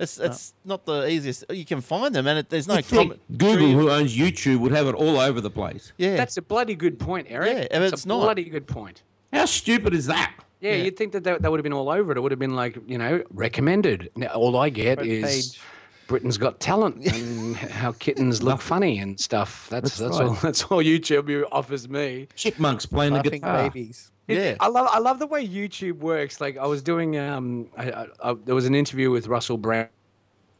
[SPEAKER 1] It's
[SPEAKER 2] Uh.
[SPEAKER 1] it's not the easiest. You can find them, and it, there's no comment.
[SPEAKER 4] Google, who owns YouTube, would have it all over the place.
[SPEAKER 1] Yeah,
[SPEAKER 2] That's a bloody good point, Eric.
[SPEAKER 1] Yeah, and
[SPEAKER 2] That's
[SPEAKER 1] it's
[SPEAKER 2] a
[SPEAKER 1] not.
[SPEAKER 2] bloody good point.
[SPEAKER 4] How stupid is that?
[SPEAKER 2] Yeah, you'd think that, that that would have been all over it. It would have been like you know recommended. Now, all I get
[SPEAKER 3] Front
[SPEAKER 2] is
[SPEAKER 3] page.
[SPEAKER 2] Britain's Got Talent and how kittens look funny and stuff. That's that's,
[SPEAKER 4] That's
[SPEAKER 2] all. That's all YouTube offers me.
[SPEAKER 4] Chipmunks playing the
[SPEAKER 3] Laughing
[SPEAKER 4] guitar.
[SPEAKER 3] babies.
[SPEAKER 2] It-
[SPEAKER 1] Yeah.
[SPEAKER 2] I love I love the way YouTube works. Like I was doing, um, I, I, I, there was an interview with Russell Brand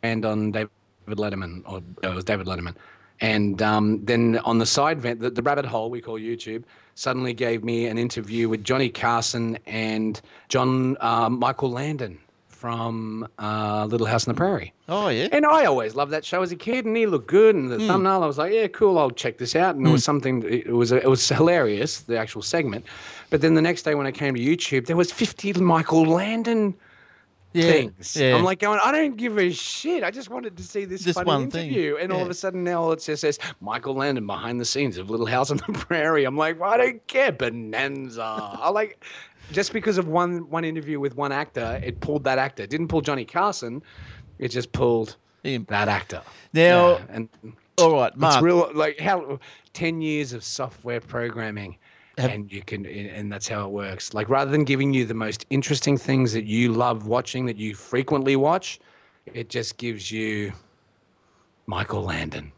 [SPEAKER 2] on David Letterman, or no, it was David Letterman, and um, then on the side vent, the, the rabbit hole we call YouTube, suddenly gave me an interview with Johnny Carson and John uh, Michael Landon from uh, Little House on the Prairie.
[SPEAKER 1] oh yeah,
[SPEAKER 2] And I always loved that show as a kid, and he looked good. And the thumbnail, I was like, "Yeah, cool, I'll check this out." And it was something. It was it was hilarious, the actual segment. But then the next day, when I came to YouTube, there was fifty Michael Landon
[SPEAKER 1] yeah,
[SPEAKER 2] things.
[SPEAKER 1] yeah.
[SPEAKER 2] I'm like going, "I don't give a shit. I just wanted to see this
[SPEAKER 1] Just
[SPEAKER 2] funny
[SPEAKER 1] one thing,
[SPEAKER 2] interview." And all of
[SPEAKER 1] yeah.
[SPEAKER 2] a sudden, now all it says says Michael Landon behind the scenes of Little House on the Prairie. I'm like, well, "I don't care, Bonanza." I like. Just because of one one interview with one actor, it pulled that actor. It didn't pull Johnny Carson. It just pulled
[SPEAKER 1] Him.
[SPEAKER 2] that actor.
[SPEAKER 1] Now,
[SPEAKER 2] Yeah, and
[SPEAKER 1] all right,
[SPEAKER 2] it's
[SPEAKER 1] Mark.
[SPEAKER 2] real like how ten years of software programming, and you can, and that's how it works. Like rather than giving you the most interesting things that you love watching that you frequently watch, it just gives you Michael Landon.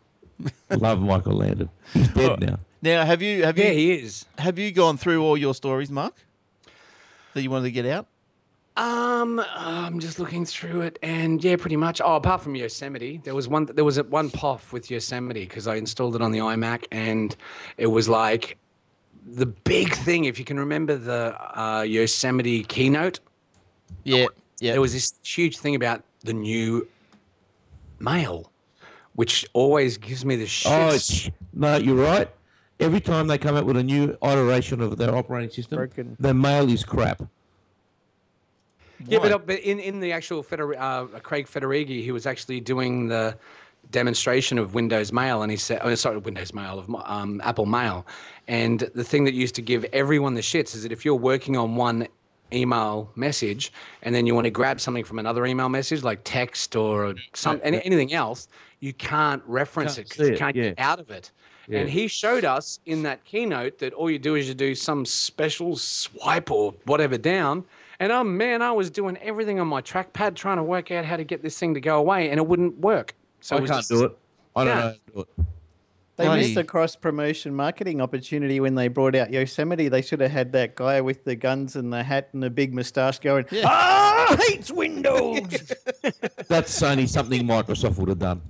[SPEAKER 4] Love Michael Landon. He's dead now.
[SPEAKER 1] now, have you have you
[SPEAKER 2] Yeah, he is.
[SPEAKER 1] have you gone through all your stories, Mark, that you wanted to get out?
[SPEAKER 2] Um, I'm just looking through it, and yeah, pretty much. Oh, apart from Yosemite, there was one. There was a- one POF with Yosemite because I installed it on the iMac, and it was like the big thing. If you can remember the uh, Yosemite keynote,
[SPEAKER 1] Yeah, yeah.
[SPEAKER 2] there was this huge thing about the new mail, which always gives me the shit.
[SPEAKER 4] Oh, it's- no, you're right. Every time they come out with a new iteration of their operating system,
[SPEAKER 3] Broken.
[SPEAKER 4] their mail is crap.
[SPEAKER 2] Yeah,
[SPEAKER 1] Why?
[SPEAKER 2] but, but in, in the actual Feder- uh, Craig Federighi, he was actually doing the demonstration of Windows Mail, and he said, oh, sorry, Windows Mail, of um, Apple Mail. And the thing that used to give everyone the shits is that if you're working on one email message and then you want to grab something from another email message, like text or some, any, anything else, you can't reference it 'cause
[SPEAKER 4] see
[SPEAKER 2] you
[SPEAKER 4] it,
[SPEAKER 2] can't get
[SPEAKER 4] yeah.
[SPEAKER 2] out of it. And he showed us in that keynote that all you do is you do some special swipe or whatever down. And oh man, I was doing everything on my trackpad trying to work out how to get this thing to go away, and it wouldn't work. So
[SPEAKER 4] I can't do it. I
[SPEAKER 2] Yeah.
[SPEAKER 4] don't know. How to do it.
[SPEAKER 3] They
[SPEAKER 1] Bloody-
[SPEAKER 3] missed a cross promotion marketing opportunity when they brought out Yosemite. They should have had that guy with the guns and the hat and the big moustache going,
[SPEAKER 1] Yeah.
[SPEAKER 3] Ah, hates Windows.
[SPEAKER 4] That's only something Microsoft would have done.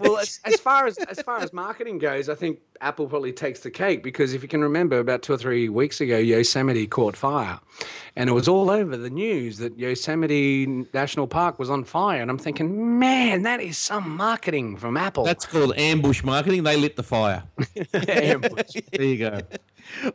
[SPEAKER 2] well, as, as far as as far as marketing goes, I think Apple probably takes the cake because if you can remember, about two or three weeks ago, Yosemite caught fire, and it was all over the news that Yosemite National Park was on fire. And I'm thinking, man, that is some marketing from Apple.
[SPEAKER 4] That's called ambush marketing. They lit the fire. There you go.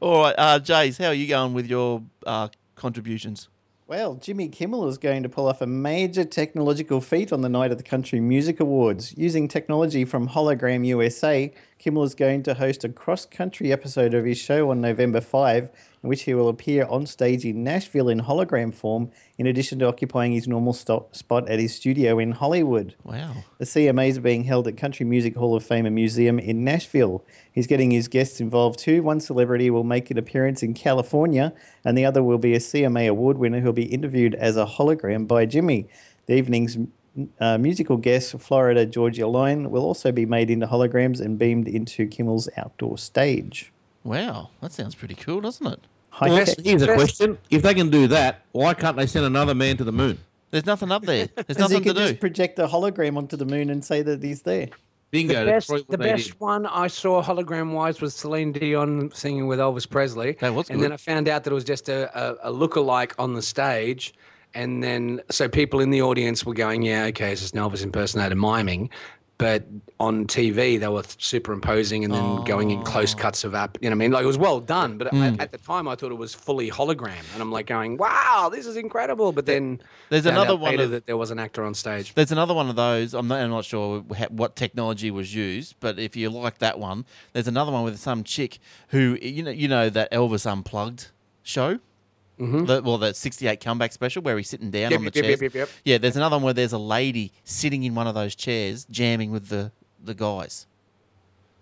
[SPEAKER 1] All right, uh, Jays, how are you going with your uh, contributions?
[SPEAKER 3] Well, Jimmy Kimmel is going to pull off a major technological feat on the night of the Country Music Awards. Using technology from Hologram USA, Kimmel is going to host a cross country episode of his show on November 5, in which he will appear on stage in Nashville in hologram form, in addition to occupying his normal stop- spot at his studio in Hollywood.
[SPEAKER 1] Wow.
[SPEAKER 3] The CMAs are being held at Country Music Hall of Fame and Museum in Nashville. He's getting his guests involved too. One celebrity will make an appearance in California, and the other will be a CMA award winner who'll be interviewed as a hologram by Jimmy. The evening's uh, musical guest, Florida Georgia Line, will also be made into holograms and beamed into Kimmel's outdoor stage.
[SPEAKER 1] Wow. That sounds pretty cool, doesn't it?
[SPEAKER 3] High
[SPEAKER 4] Well,
[SPEAKER 3] tech.
[SPEAKER 4] here's a question: If they can do that, why can't they send another man to the moon?
[SPEAKER 1] There's nothing up there. There's
[SPEAKER 3] You
[SPEAKER 1] nothing to
[SPEAKER 3] could
[SPEAKER 1] do.
[SPEAKER 3] just project a hologram onto the moon and say that he's there.
[SPEAKER 4] Bingo.
[SPEAKER 2] The
[SPEAKER 4] that's
[SPEAKER 2] best,
[SPEAKER 4] probably what
[SPEAKER 2] the
[SPEAKER 4] they
[SPEAKER 2] best
[SPEAKER 4] did.
[SPEAKER 2] one I saw hologram wise was Celine Dion singing with Elvis Presley.
[SPEAKER 1] That was
[SPEAKER 2] and
[SPEAKER 1] good.
[SPEAKER 2] then I found out that it was just a, a, a lookalike on the stage. And then, so people in the audience were going, yeah, okay, it's just an Elvis impersonator miming. But on TV, they were superimposing and then going in close cuts of app. You know what I mean? Like it was well done, but
[SPEAKER 1] Hmm.
[SPEAKER 2] at, at the time I thought it was fully hologram. And I'm like going, wow, this is incredible. But then
[SPEAKER 1] There's
[SPEAKER 2] found out
[SPEAKER 1] another one
[SPEAKER 2] later
[SPEAKER 1] of-
[SPEAKER 2] that there was an actor on stage.
[SPEAKER 1] There's another one of those. I'm not, I'm not sure wha- what technology was used, but if you like that one, there's another one with some chick who you know you know that Elvis Unplugged show. The, well, that 68 comeback special where he's sitting down
[SPEAKER 2] Mm-hmm. Yep,
[SPEAKER 1] on the
[SPEAKER 2] yep, yep,
[SPEAKER 1] chairs.
[SPEAKER 2] yep, yep.
[SPEAKER 1] Yeah, there's another one where there's a lady sitting in one of those chairs jamming with the, the guys.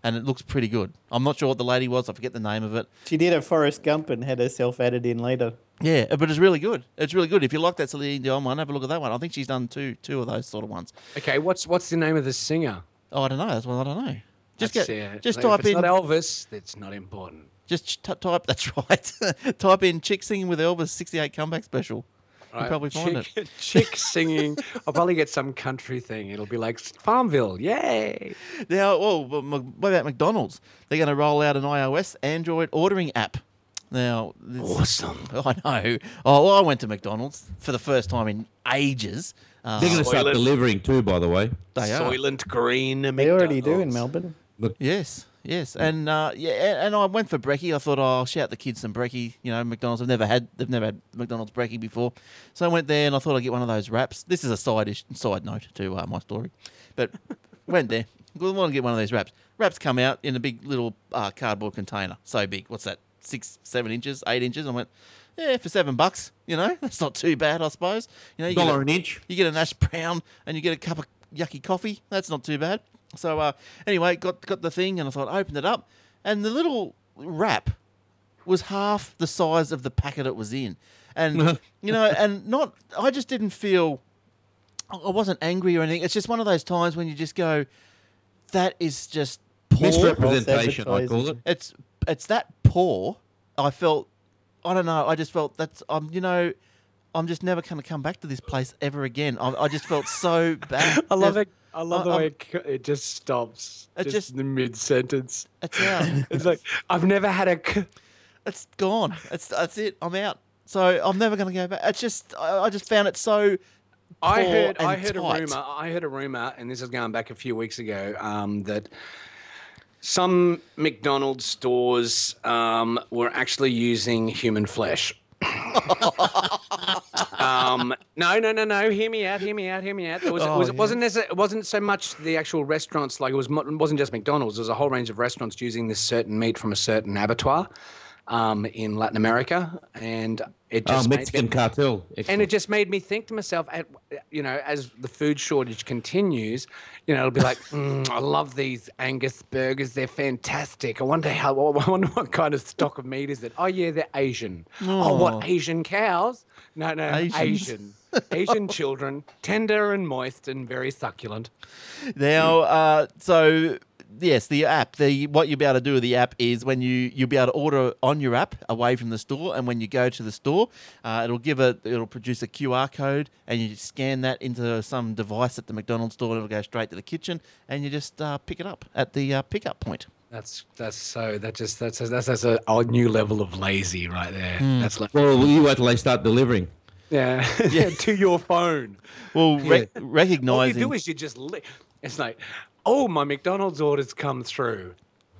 [SPEAKER 1] And it looks pretty good. I'm not sure what the lady was. I forget the name of it.
[SPEAKER 3] She did a Forrest Gump and had herself added in later.
[SPEAKER 1] Yeah, but it's really good. It's really good. If you like that Celine Dion one, have a look at that one. I think she's done two two of those sort of ones.
[SPEAKER 2] Okay, what's, what's the name of the singer?
[SPEAKER 1] Oh, I don't know. That's what I don't know. Just
[SPEAKER 2] That's
[SPEAKER 1] get,
[SPEAKER 2] it.
[SPEAKER 1] just
[SPEAKER 2] Like, if
[SPEAKER 1] type
[SPEAKER 2] it's
[SPEAKER 1] in
[SPEAKER 2] not Elvis. That's not important.
[SPEAKER 1] just ch- t- type that's right. type in chick singing with Elvis 68 comeback special.
[SPEAKER 2] Right?
[SPEAKER 1] You'll probably find
[SPEAKER 2] chick,
[SPEAKER 1] it.
[SPEAKER 2] chick singing. I'll probably get some country thing. It'll be like Farmville. Yay!
[SPEAKER 1] Now, oh, but Mc- what about McDonald's? They're going to roll out an iOS Android ordering app. Now, this,
[SPEAKER 2] Awesome.
[SPEAKER 1] I know. Oh, well, I went to McDonald's for the first time in ages. Uh,
[SPEAKER 4] They're going to start
[SPEAKER 2] Soylent.
[SPEAKER 4] delivering too, by the way.
[SPEAKER 1] they are.
[SPEAKER 2] Soylent Green. oh,
[SPEAKER 3] They already do in Melbourne.
[SPEAKER 1] Yes, yes, and uh, yeah, a- and I went for brekkie. I thought oh, I'll shout the kids some brekkie. You know, McDonald's. I've never had. They've never had McDonald's brekkie before, so I went there and I thought I'd get one of those wraps. This is a side ish, side note to uh, my story, but went there. I want to get one of these wraps. Wraps come out in a big little uh, cardboard container, so big. What's that? Six, seven inches, eight inches. I went, yeah, for seven bucks. You know, that's not too bad, I suppose. You know, you get
[SPEAKER 4] Dollar
[SPEAKER 1] a-
[SPEAKER 4] an inch.
[SPEAKER 1] you get a nice brown and you get a cup of yucky coffee. That's not too bad. So uh, anyway, got got the thing and I thought I opened it up, and the little wrap was half the size of the packet it was in, and you know, and not I just didn't feel I I wasn't angry or anything. It's just one of those times when you just go, that is just poor.
[SPEAKER 4] Misrepresentation, I call it.
[SPEAKER 1] It's it's that poor. I felt I don't know. I just felt that's um you know I'm just never going to come back to this place ever again. I, I just felt so bad.
[SPEAKER 5] I love
[SPEAKER 1] There's-
[SPEAKER 5] it. I love the
[SPEAKER 1] I-
[SPEAKER 5] way
[SPEAKER 1] I'm-
[SPEAKER 5] it, cu- it just stops.
[SPEAKER 1] I
[SPEAKER 5] just,
[SPEAKER 1] just-
[SPEAKER 5] in the mid sentence.
[SPEAKER 1] It's out.
[SPEAKER 5] It's like I've never had a. c-
[SPEAKER 1] it's gone. It's that's it. I'm out. So I'm never going to go back. It's just I, I just found it so.
[SPEAKER 2] I
[SPEAKER 1] poor
[SPEAKER 2] heard I
[SPEAKER 1] and
[SPEAKER 2] heard
[SPEAKER 1] tight.
[SPEAKER 2] a rumor. I heard a rumor, and this is going back a few weeks ago, um, that some McDonald's stores um, were actually using human flesh. um, no, no, no, no. Hear me out. Hear me out. Hear me out. There
[SPEAKER 1] Oh,
[SPEAKER 2] was, it was, it wasn't necess- it wasn't so much the actual restaurants. Like it was mo- it wasn't just McDonald's. There was a whole range of restaurants using this certain meat from a certain abattoir um, in Latin America, and it
[SPEAKER 4] Oh,
[SPEAKER 2] just made
[SPEAKER 4] Mexican
[SPEAKER 2] me-
[SPEAKER 4] cartel.
[SPEAKER 2] and
[SPEAKER 4] Excellent.
[SPEAKER 2] it just made me think to myself, at, you know, as the food shortage continues, you know, it'll be like, mm, I love these Angus burgers. They're fantastic. I wonder how, I wonder what kind of stock of meat is it? Oh, yeah, they're Asian. Oh, what, Asian cows? No, no,
[SPEAKER 1] Asians.
[SPEAKER 2] Asian. Asian children, tender and moist and very succulent.
[SPEAKER 1] Now, uh, so yes, the app. The what you'll be able to do with the app is when you you'll be able to order on your app away from the store, and when you go to the store, uh, it'll give a it'll produce a QR code, and you just scan that into some device at the McDonald's store, and it'll go straight to the kitchen, and you just uh, pick it up at the uh, pickup point.
[SPEAKER 2] That's that's so that just that's that's that's a, new level of lazy right there. That's like
[SPEAKER 4] well, you wait till they start delivering.
[SPEAKER 2] yeah, yeah to your phone.
[SPEAKER 1] Well, rec-
[SPEAKER 2] All you do
[SPEAKER 1] recognizing
[SPEAKER 2] is you just li- it's like, oh, my McDonald's orders come through.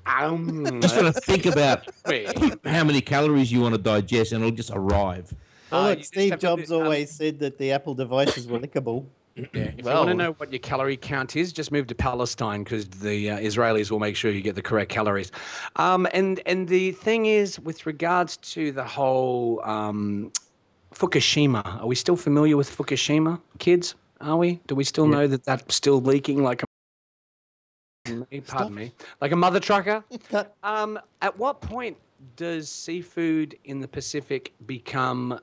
[SPEAKER 2] Um,
[SPEAKER 4] Just got to think about
[SPEAKER 2] wait.
[SPEAKER 4] how many calories you want to digest, and it'll just arrive.
[SPEAKER 3] Well,
[SPEAKER 2] Uh,
[SPEAKER 3] look,
[SPEAKER 2] you just
[SPEAKER 3] Steve
[SPEAKER 2] have to do-
[SPEAKER 3] Jobs always said that the Apple devices were lickable.
[SPEAKER 2] If you want
[SPEAKER 1] well-
[SPEAKER 2] to know what your calorie count is, just move to Palestine because the uh, Israelis will make sure you get the correct calories. Um, and and the thing is, with regards to the whole um, Fukushima, are we still familiar with Fukushima, kids? Are we? Do we still know that that's still leaking like a pardon me, like a mother trucker?
[SPEAKER 3] Cut.
[SPEAKER 2] Um, at what point does seafood in the Pacific become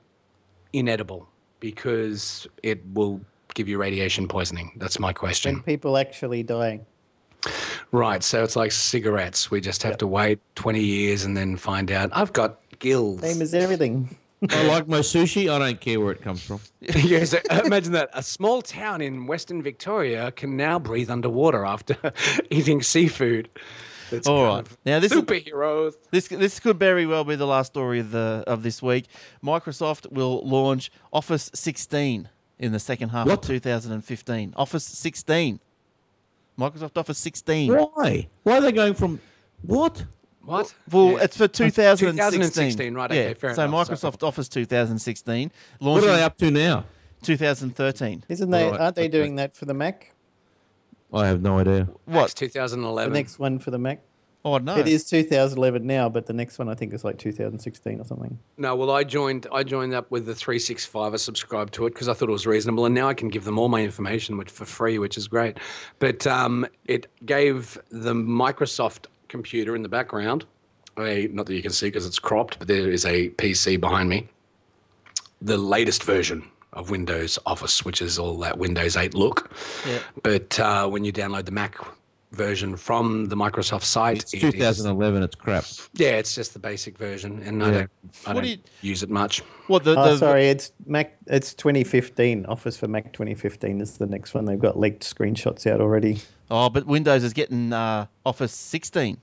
[SPEAKER 2] inedible because it will give you radiation poisoning? That's my question.
[SPEAKER 3] People actually dying.
[SPEAKER 2] Right. So it's like cigarettes. We just have to wait 20 years and then find out. I've got gills.
[SPEAKER 3] Same as everything.
[SPEAKER 4] I like my sushi. I don't care where it comes from.
[SPEAKER 2] Yeah, so imagine that. A small town in Western Victoria can now breathe underwater after eating seafood. It's
[SPEAKER 1] All
[SPEAKER 2] kind
[SPEAKER 1] right.
[SPEAKER 2] of
[SPEAKER 1] Now, this is-
[SPEAKER 2] superheroes.
[SPEAKER 1] This this could very well be the last story of the of this week. Microsoft will launch Office 16 in the second half
[SPEAKER 4] What?
[SPEAKER 1] of 2015. Office 16. Microsoft Office 16.
[SPEAKER 4] Why? Why are they going from what?
[SPEAKER 2] What?
[SPEAKER 1] Well,
[SPEAKER 2] Yeah.
[SPEAKER 1] it's for 2016.
[SPEAKER 2] 2016, right, okay, fair
[SPEAKER 1] so
[SPEAKER 2] enough, so-
[SPEAKER 1] Microsoft Office 2016
[SPEAKER 4] What are they
[SPEAKER 1] launching
[SPEAKER 4] up to now?
[SPEAKER 1] 2013.
[SPEAKER 3] Isn't they?
[SPEAKER 4] Right,
[SPEAKER 3] Aren't they
[SPEAKER 4] okay.
[SPEAKER 3] doing that for the Mac?
[SPEAKER 4] I have no idea.
[SPEAKER 2] It's
[SPEAKER 1] What?
[SPEAKER 2] 2011.
[SPEAKER 3] The next one for the Mac.
[SPEAKER 1] Oh no.
[SPEAKER 3] It is 2011 now, but the next one I think is like 2016 or something.
[SPEAKER 2] No, well, I joined. I joined up with the three six five. I subscribed to it because I thought it was reasonable, and now I can give them all my information which, for free, which is great. But um, it gave the Microsoft computer in the background. A, not that you can see because it's cropped, but there is a PC behind me. The latest version of Windows Office, which is all that Windows 8 look. But uh, when you download the Mac version from the Microsoft site,
[SPEAKER 4] It's
[SPEAKER 2] it is-
[SPEAKER 4] 2011. It's crap.
[SPEAKER 2] yeah, it's just the basic version, and I don't,
[SPEAKER 1] What
[SPEAKER 2] I don't
[SPEAKER 1] do you-
[SPEAKER 2] use it much.
[SPEAKER 1] What the,
[SPEAKER 3] Oh,
[SPEAKER 1] the
[SPEAKER 3] sorry, it's Mac. It's 2015. Office for Mac 2015 is the next one. They've got leaked screenshots out already.
[SPEAKER 1] Oh, but Windows is getting uh, Office 16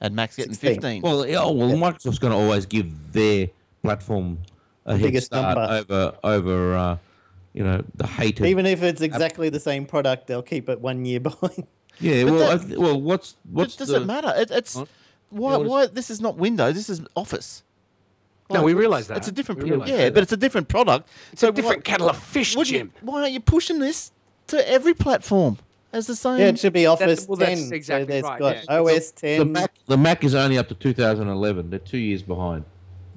[SPEAKER 1] and Mac's getting
[SPEAKER 3] 16.
[SPEAKER 1] 15.
[SPEAKER 4] Well, yeah, oh, well, Microsoft's going to always give their platform a head
[SPEAKER 3] Biggest
[SPEAKER 4] start
[SPEAKER 3] number.
[SPEAKER 4] over over uh, you know the hated.
[SPEAKER 3] Even if it's exactly the same product, they'll keep it one year behind.
[SPEAKER 4] yeah, well,
[SPEAKER 1] that-
[SPEAKER 4] I th- well, what's what's
[SPEAKER 1] But does
[SPEAKER 4] the,
[SPEAKER 1] it matter? It, it's why?
[SPEAKER 4] what is-
[SPEAKER 1] Why this is not Windows? This is Office.
[SPEAKER 2] No, we realise that.
[SPEAKER 1] It's a different
[SPEAKER 2] We
[SPEAKER 1] product.
[SPEAKER 2] realise
[SPEAKER 1] Yeah, but it's a different product. so
[SPEAKER 2] a different
[SPEAKER 1] why,
[SPEAKER 2] kettle of fish,
[SPEAKER 1] would you,
[SPEAKER 2] Jim.
[SPEAKER 1] why aren't you pushing this to every platform as the same?
[SPEAKER 3] Yeah, it should be Office
[SPEAKER 2] well,
[SPEAKER 3] 10.
[SPEAKER 2] that's exactly
[SPEAKER 3] so has
[SPEAKER 2] right,
[SPEAKER 3] got
[SPEAKER 2] yeah.
[SPEAKER 3] OS
[SPEAKER 4] the
[SPEAKER 3] 10.
[SPEAKER 4] Mac? The Mac is only up to 2011. They're two years behind.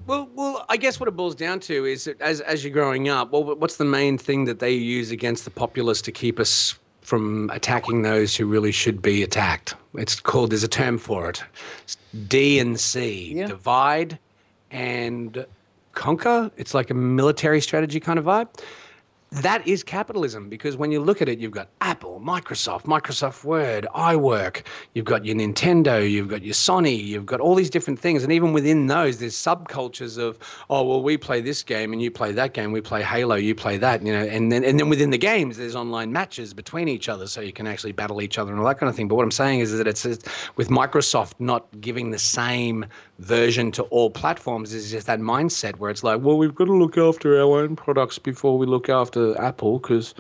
[SPEAKER 2] Well, well, I guess what it boils down to is that as as you're growing up, well, what's the main thing that they use against the populace to keep us from attacking those who really should be attacked? It's called. There's a term for it. It's D and C:
[SPEAKER 3] Yeah.
[SPEAKER 2] divide and conquer. It's like a military strategy kind of vibe. that is capitalism because when you look at it, you've got Apple, Microsoft, Microsoft Word, iWork, you've got your Nintendo, you've got your Sony, you've got all these different things. And even within those, there's subcultures of, oh, well, we play this game and you play that game, we play Halo, you play that, you know, and then and then within the games, there's online matches between each other so you can actually battle each other and all that kind of thing. But what I'm saying is that it's it's- with Microsoft not giving the same version to all platforms is just that mindset where it's like, well, we've got to look after our own products before we look after Apple because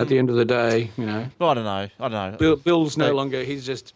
[SPEAKER 2] at the end of the day, you know,
[SPEAKER 1] Well, I don't know. I don't know.
[SPEAKER 2] Bill, Bill's no longer, he's just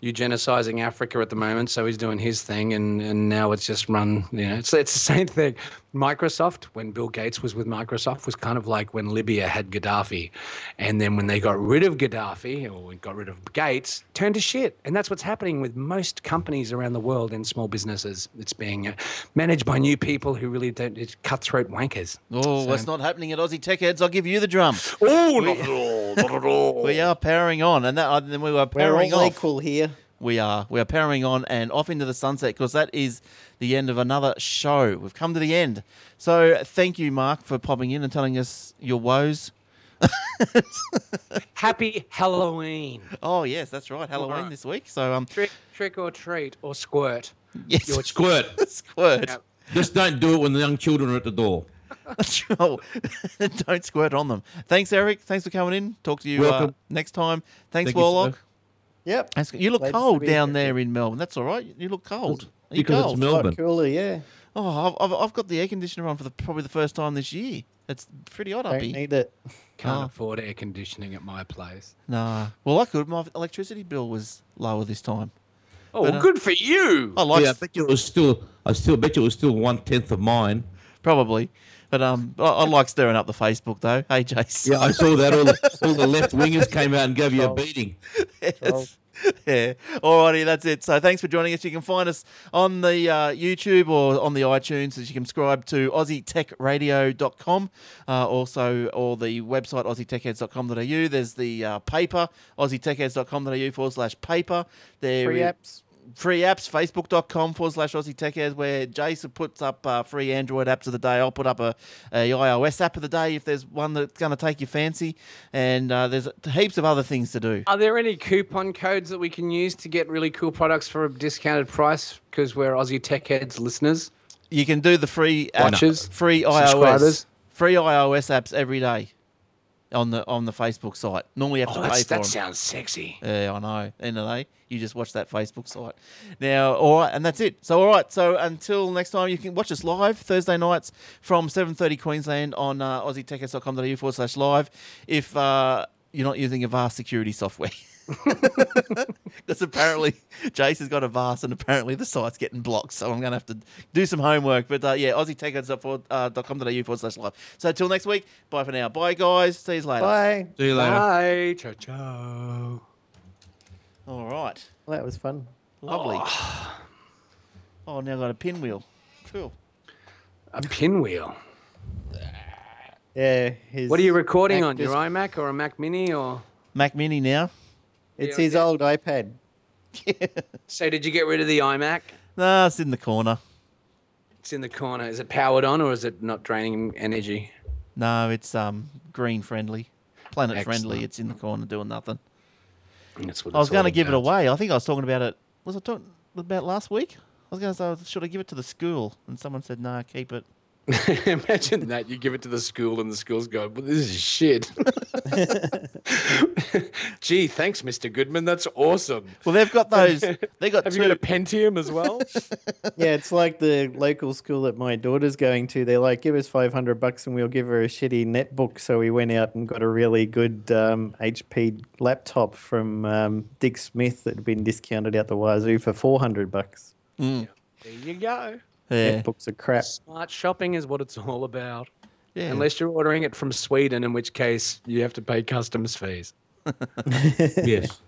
[SPEAKER 2] eugenicizing Africa at the moment. So he's doing his thing. And, and now it's just run, you know, it's, it's the same thing. Microsoft, when Bill Gates was with Microsoft, was kind of like when Libya had Gaddafi. And then when they got rid of Gaddafi or got rid of Gates, turned to shit. And that's what's happening with most companies around the world and small businesses. It's being uh, managed by new people who really don't, it's cutthroat wankers.
[SPEAKER 1] Oh, that's not happening at Aussie Tech Heads. I'll give you the drum.
[SPEAKER 2] Oh, not at all, not at all.
[SPEAKER 1] We are powering on, and that and then we were
[SPEAKER 3] We're
[SPEAKER 1] powering
[SPEAKER 3] all
[SPEAKER 1] off.
[SPEAKER 3] equal here.
[SPEAKER 1] We are. We are powering on and off into the sunset because that is the end of another show. We've come to the end. So thank you, Mark, for popping in and telling us your woes.
[SPEAKER 2] Happy Halloween.
[SPEAKER 1] Oh yes, that's right. Halloween
[SPEAKER 2] right.
[SPEAKER 1] this week. So um,
[SPEAKER 2] Trick, trick or treat or squirt.
[SPEAKER 1] yes,
[SPEAKER 2] Your
[SPEAKER 4] Squirt.
[SPEAKER 1] squirt.
[SPEAKER 2] Yep.
[SPEAKER 4] Just don't do it when the young children are at the door.
[SPEAKER 1] Oh, Don't squirt on them. Thanks, Eric. Thanks for coming in. Talk to you uh,
[SPEAKER 4] Welcome.
[SPEAKER 1] next time. Thanks,
[SPEAKER 4] Thank you,
[SPEAKER 1] Warlock.
[SPEAKER 4] sir.
[SPEAKER 3] Yep.
[SPEAKER 1] That's good. You look
[SPEAKER 3] Glad to
[SPEAKER 1] cold
[SPEAKER 3] be
[SPEAKER 1] down
[SPEAKER 3] here.
[SPEAKER 1] there in Melbourne. That's all right. You look cold. Are you
[SPEAKER 4] because
[SPEAKER 1] cold?
[SPEAKER 4] it's
[SPEAKER 3] A lot
[SPEAKER 4] Melbourne.
[SPEAKER 3] cooler, yeah.
[SPEAKER 1] oh, I've, I've, I've got the air conditioner on for the, probably the first time this year. It's pretty odd up
[SPEAKER 3] Don't
[SPEAKER 1] here.
[SPEAKER 3] need it.
[SPEAKER 2] Can't
[SPEAKER 1] Oh.
[SPEAKER 2] afford air conditioning at my place.
[SPEAKER 1] Nah. Well, I could. My electricity bill was lower this time.
[SPEAKER 2] Oh,
[SPEAKER 1] uh,
[SPEAKER 2] good for you.
[SPEAKER 1] I like
[SPEAKER 4] yeah, I bet you it was still. I still bet you it was still one tenth of mine.
[SPEAKER 1] probably, but um, I, I like stirring up the Facebook though. Hey, Jace.
[SPEAKER 4] Yeah, I saw that. All the, all the left wingers came out and gave you a beating.
[SPEAKER 1] Yes. Yeah. Alrighty, that's it. So thanks for joining us. You can find us on the uh, YouTube or on the iTunes. As you can subscribe to AussieTechRadio.com. Uh, also, or the website AussieTechHeads.com.au. There's the uh, paper AussieTechHeads.com.au forward slash paper. There
[SPEAKER 3] Free
[SPEAKER 1] is-
[SPEAKER 3] apps.
[SPEAKER 1] free apps, facebook.com forward slash Aussie Tech Airs, where Jason puts up uh, free Android apps of the day. I'll put up a, a iOS app of the day if there's one that's going to take your fancy. And uh, there's heaps of other things to do.
[SPEAKER 2] Are there any coupon codes that we can use to get really cool products for a discounted price? Because we're Aussie Tech Heads listeners.
[SPEAKER 1] You can do the free app-
[SPEAKER 2] Watches,
[SPEAKER 1] free iOS,
[SPEAKER 2] subscribers.
[SPEAKER 1] free iOS apps every day on the on the Facebook site. Normally, you have
[SPEAKER 2] Oh,
[SPEAKER 1] to pay
[SPEAKER 2] that's,
[SPEAKER 1] for them.
[SPEAKER 2] that sounds sexy.
[SPEAKER 1] Yeah, I know. End of the day, you just watch that Facebook site. Now, all right, and that's it. So, all right. So, until next time, you can watch us live Thursday nights from 7:30 Queensland on uh, aussietechs.com.au forward slash live. If uh, you're not using a vast security software. Because apparently Jace has got a vast, and apparently the site's getting blocked. So I'm going to have to do some homework. But uh, yeah, aussietechheads.com.au forward slash live. So till next week, bye for now. Bye, guys. See you later.
[SPEAKER 3] Bye.
[SPEAKER 4] See you later.
[SPEAKER 2] Bye. Ciao, ciao.
[SPEAKER 1] All right.
[SPEAKER 3] Well, that was fun.
[SPEAKER 1] Lovely. Oh, now I've got a pinwheel. Cool.
[SPEAKER 2] A pinwheel.
[SPEAKER 3] Yeah. His,
[SPEAKER 2] What are you recording on?
[SPEAKER 3] Actors-
[SPEAKER 2] Your iMac or a Mac Mini? Or
[SPEAKER 1] Mac Mini now.
[SPEAKER 3] It's
[SPEAKER 2] Yeah,
[SPEAKER 3] his
[SPEAKER 2] yeah.
[SPEAKER 3] old iPad.
[SPEAKER 2] so? Did you get rid of the iMac?
[SPEAKER 1] Nah, it's in the corner.
[SPEAKER 2] It's in the corner. Is it powered on or is it not draining energy?
[SPEAKER 1] No, it's um green friendly, planet friendly.
[SPEAKER 2] Excellent.
[SPEAKER 1] It's in the corner doing nothing.
[SPEAKER 2] That's what
[SPEAKER 1] I was
[SPEAKER 2] it's all
[SPEAKER 1] going to give it
[SPEAKER 2] about.
[SPEAKER 1] away. I think I was talking about it. Was I talking about last week? I was going to say, should I give it to the school? And someone said, nah, keep it.
[SPEAKER 2] Imagine that. You give it to the school, and the school's go, well, this is shit. Gee, thanks, Mr. Goodman. That's awesome.
[SPEAKER 1] Well, they've got those. They got
[SPEAKER 2] Have
[SPEAKER 1] two.
[SPEAKER 2] you got a Pentium as well?
[SPEAKER 3] Yeah, it's like the local school that my daughter's going to. They're like, give us 500 bucks and we'll give her a shitty netbook. So we went out and got a really good um, HP laptop from um, Dick Smith that had been discounted out the wazoo for 400 bucks.
[SPEAKER 2] there you go.
[SPEAKER 1] yeah.
[SPEAKER 3] Netbooks are crap.
[SPEAKER 2] Smart shopping is what it's all about.
[SPEAKER 1] yeah.
[SPEAKER 2] Unless you're ordering it from Sweden, in which case you have to pay customs fees.
[SPEAKER 4] Yes.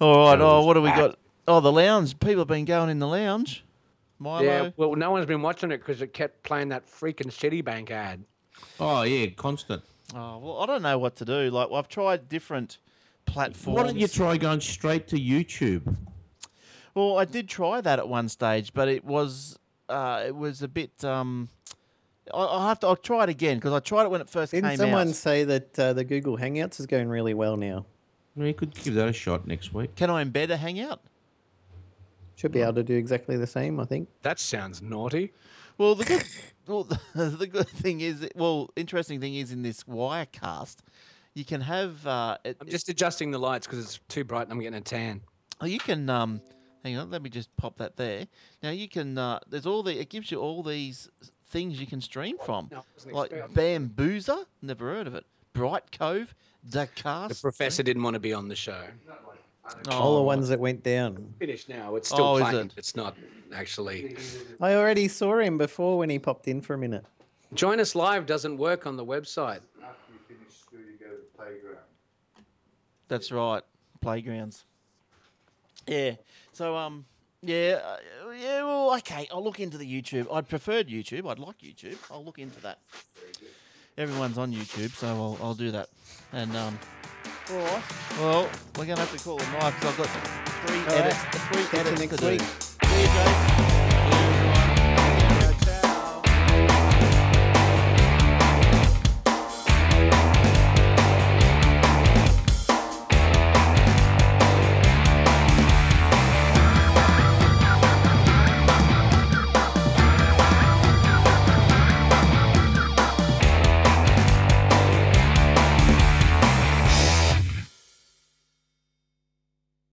[SPEAKER 1] All right. Oh, what have we got? Oh, the lounge. People have been going in the lounge. Milo.
[SPEAKER 2] Yeah, well, no one's been watching it because it kept playing that freaking Citibank ad.
[SPEAKER 4] Oh yeah, constant.
[SPEAKER 1] Oh, well, I don't know what to do. Like, I've tried different platforms.
[SPEAKER 4] Why don't you try going straight to YouTube?
[SPEAKER 1] Well, I did try that at one stage, but it was uh, it was a bit um, I- I'll have to. I'll try it again because I tried it when it first
[SPEAKER 3] Didn't
[SPEAKER 1] came
[SPEAKER 3] someone
[SPEAKER 1] out.
[SPEAKER 3] say that uh, the Google Hangouts is going really well now?
[SPEAKER 4] We could give that a shot next week.
[SPEAKER 1] Can I embed a Hangout?
[SPEAKER 3] Should
[SPEAKER 1] Hmm.
[SPEAKER 3] be able to do exactly the same, I think.
[SPEAKER 5] That sounds naughty.
[SPEAKER 1] Well, the good, well, the good thing is, that- well, interesting thing is in this Wirecast, you can have uh, it,
[SPEAKER 2] I'm just adjusting the lights because it's too bright and I'm getting a tan.
[SPEAKER 1] Oh, you can um, hang on. Let me just pop that there. Now you can. Uh, there's all the. It gives you all these things you can stream from,
[SPEAKER 2] No, I wasn't
[SPEAKER 1] like Bamboozer. Never heard of it. Bright Cove, Dakar.
[SPEAKER 2] The professor didn't want to be on the show.
[SPEAKER 3] All the ones that went down.
[SPEAKER 2] Finished now. It's still
[SPEAKER 1] Oh, is
[SPEAKER 2] playing.
[SPEAKER 1] it?
[SPEAKER 2] It's not actually.
[SPEAKER 3] I already saw him before when he popped in for a minute.
[SPEAKER 2] Join us live doesn't work on the website.
[SPEAKER 6] After you finish school, you go to the playground.
[SPEAKER 1] That's right. Playgrounds. Yeah. So um. Yeah, uh, yeah. Well, okay. I'll look into the YouTube. I'd preferred YouTube. I'd like YouTube. I'll look into that. Everyone's on YouTube, so I'll, I'll do that. And um, all right. Well, we're gonna have to call it night because I've got three
[SPEAKER 3] All right.
[SPEAKER 1] edits. Three
[SPEAKER 3] Catch you
[SPEAKER 1] edits
[SPEAKER 3] next
[SPEAKER 1] to
[SPEAKER 3] week.
[SPEAKER 1] do. See you, Jake.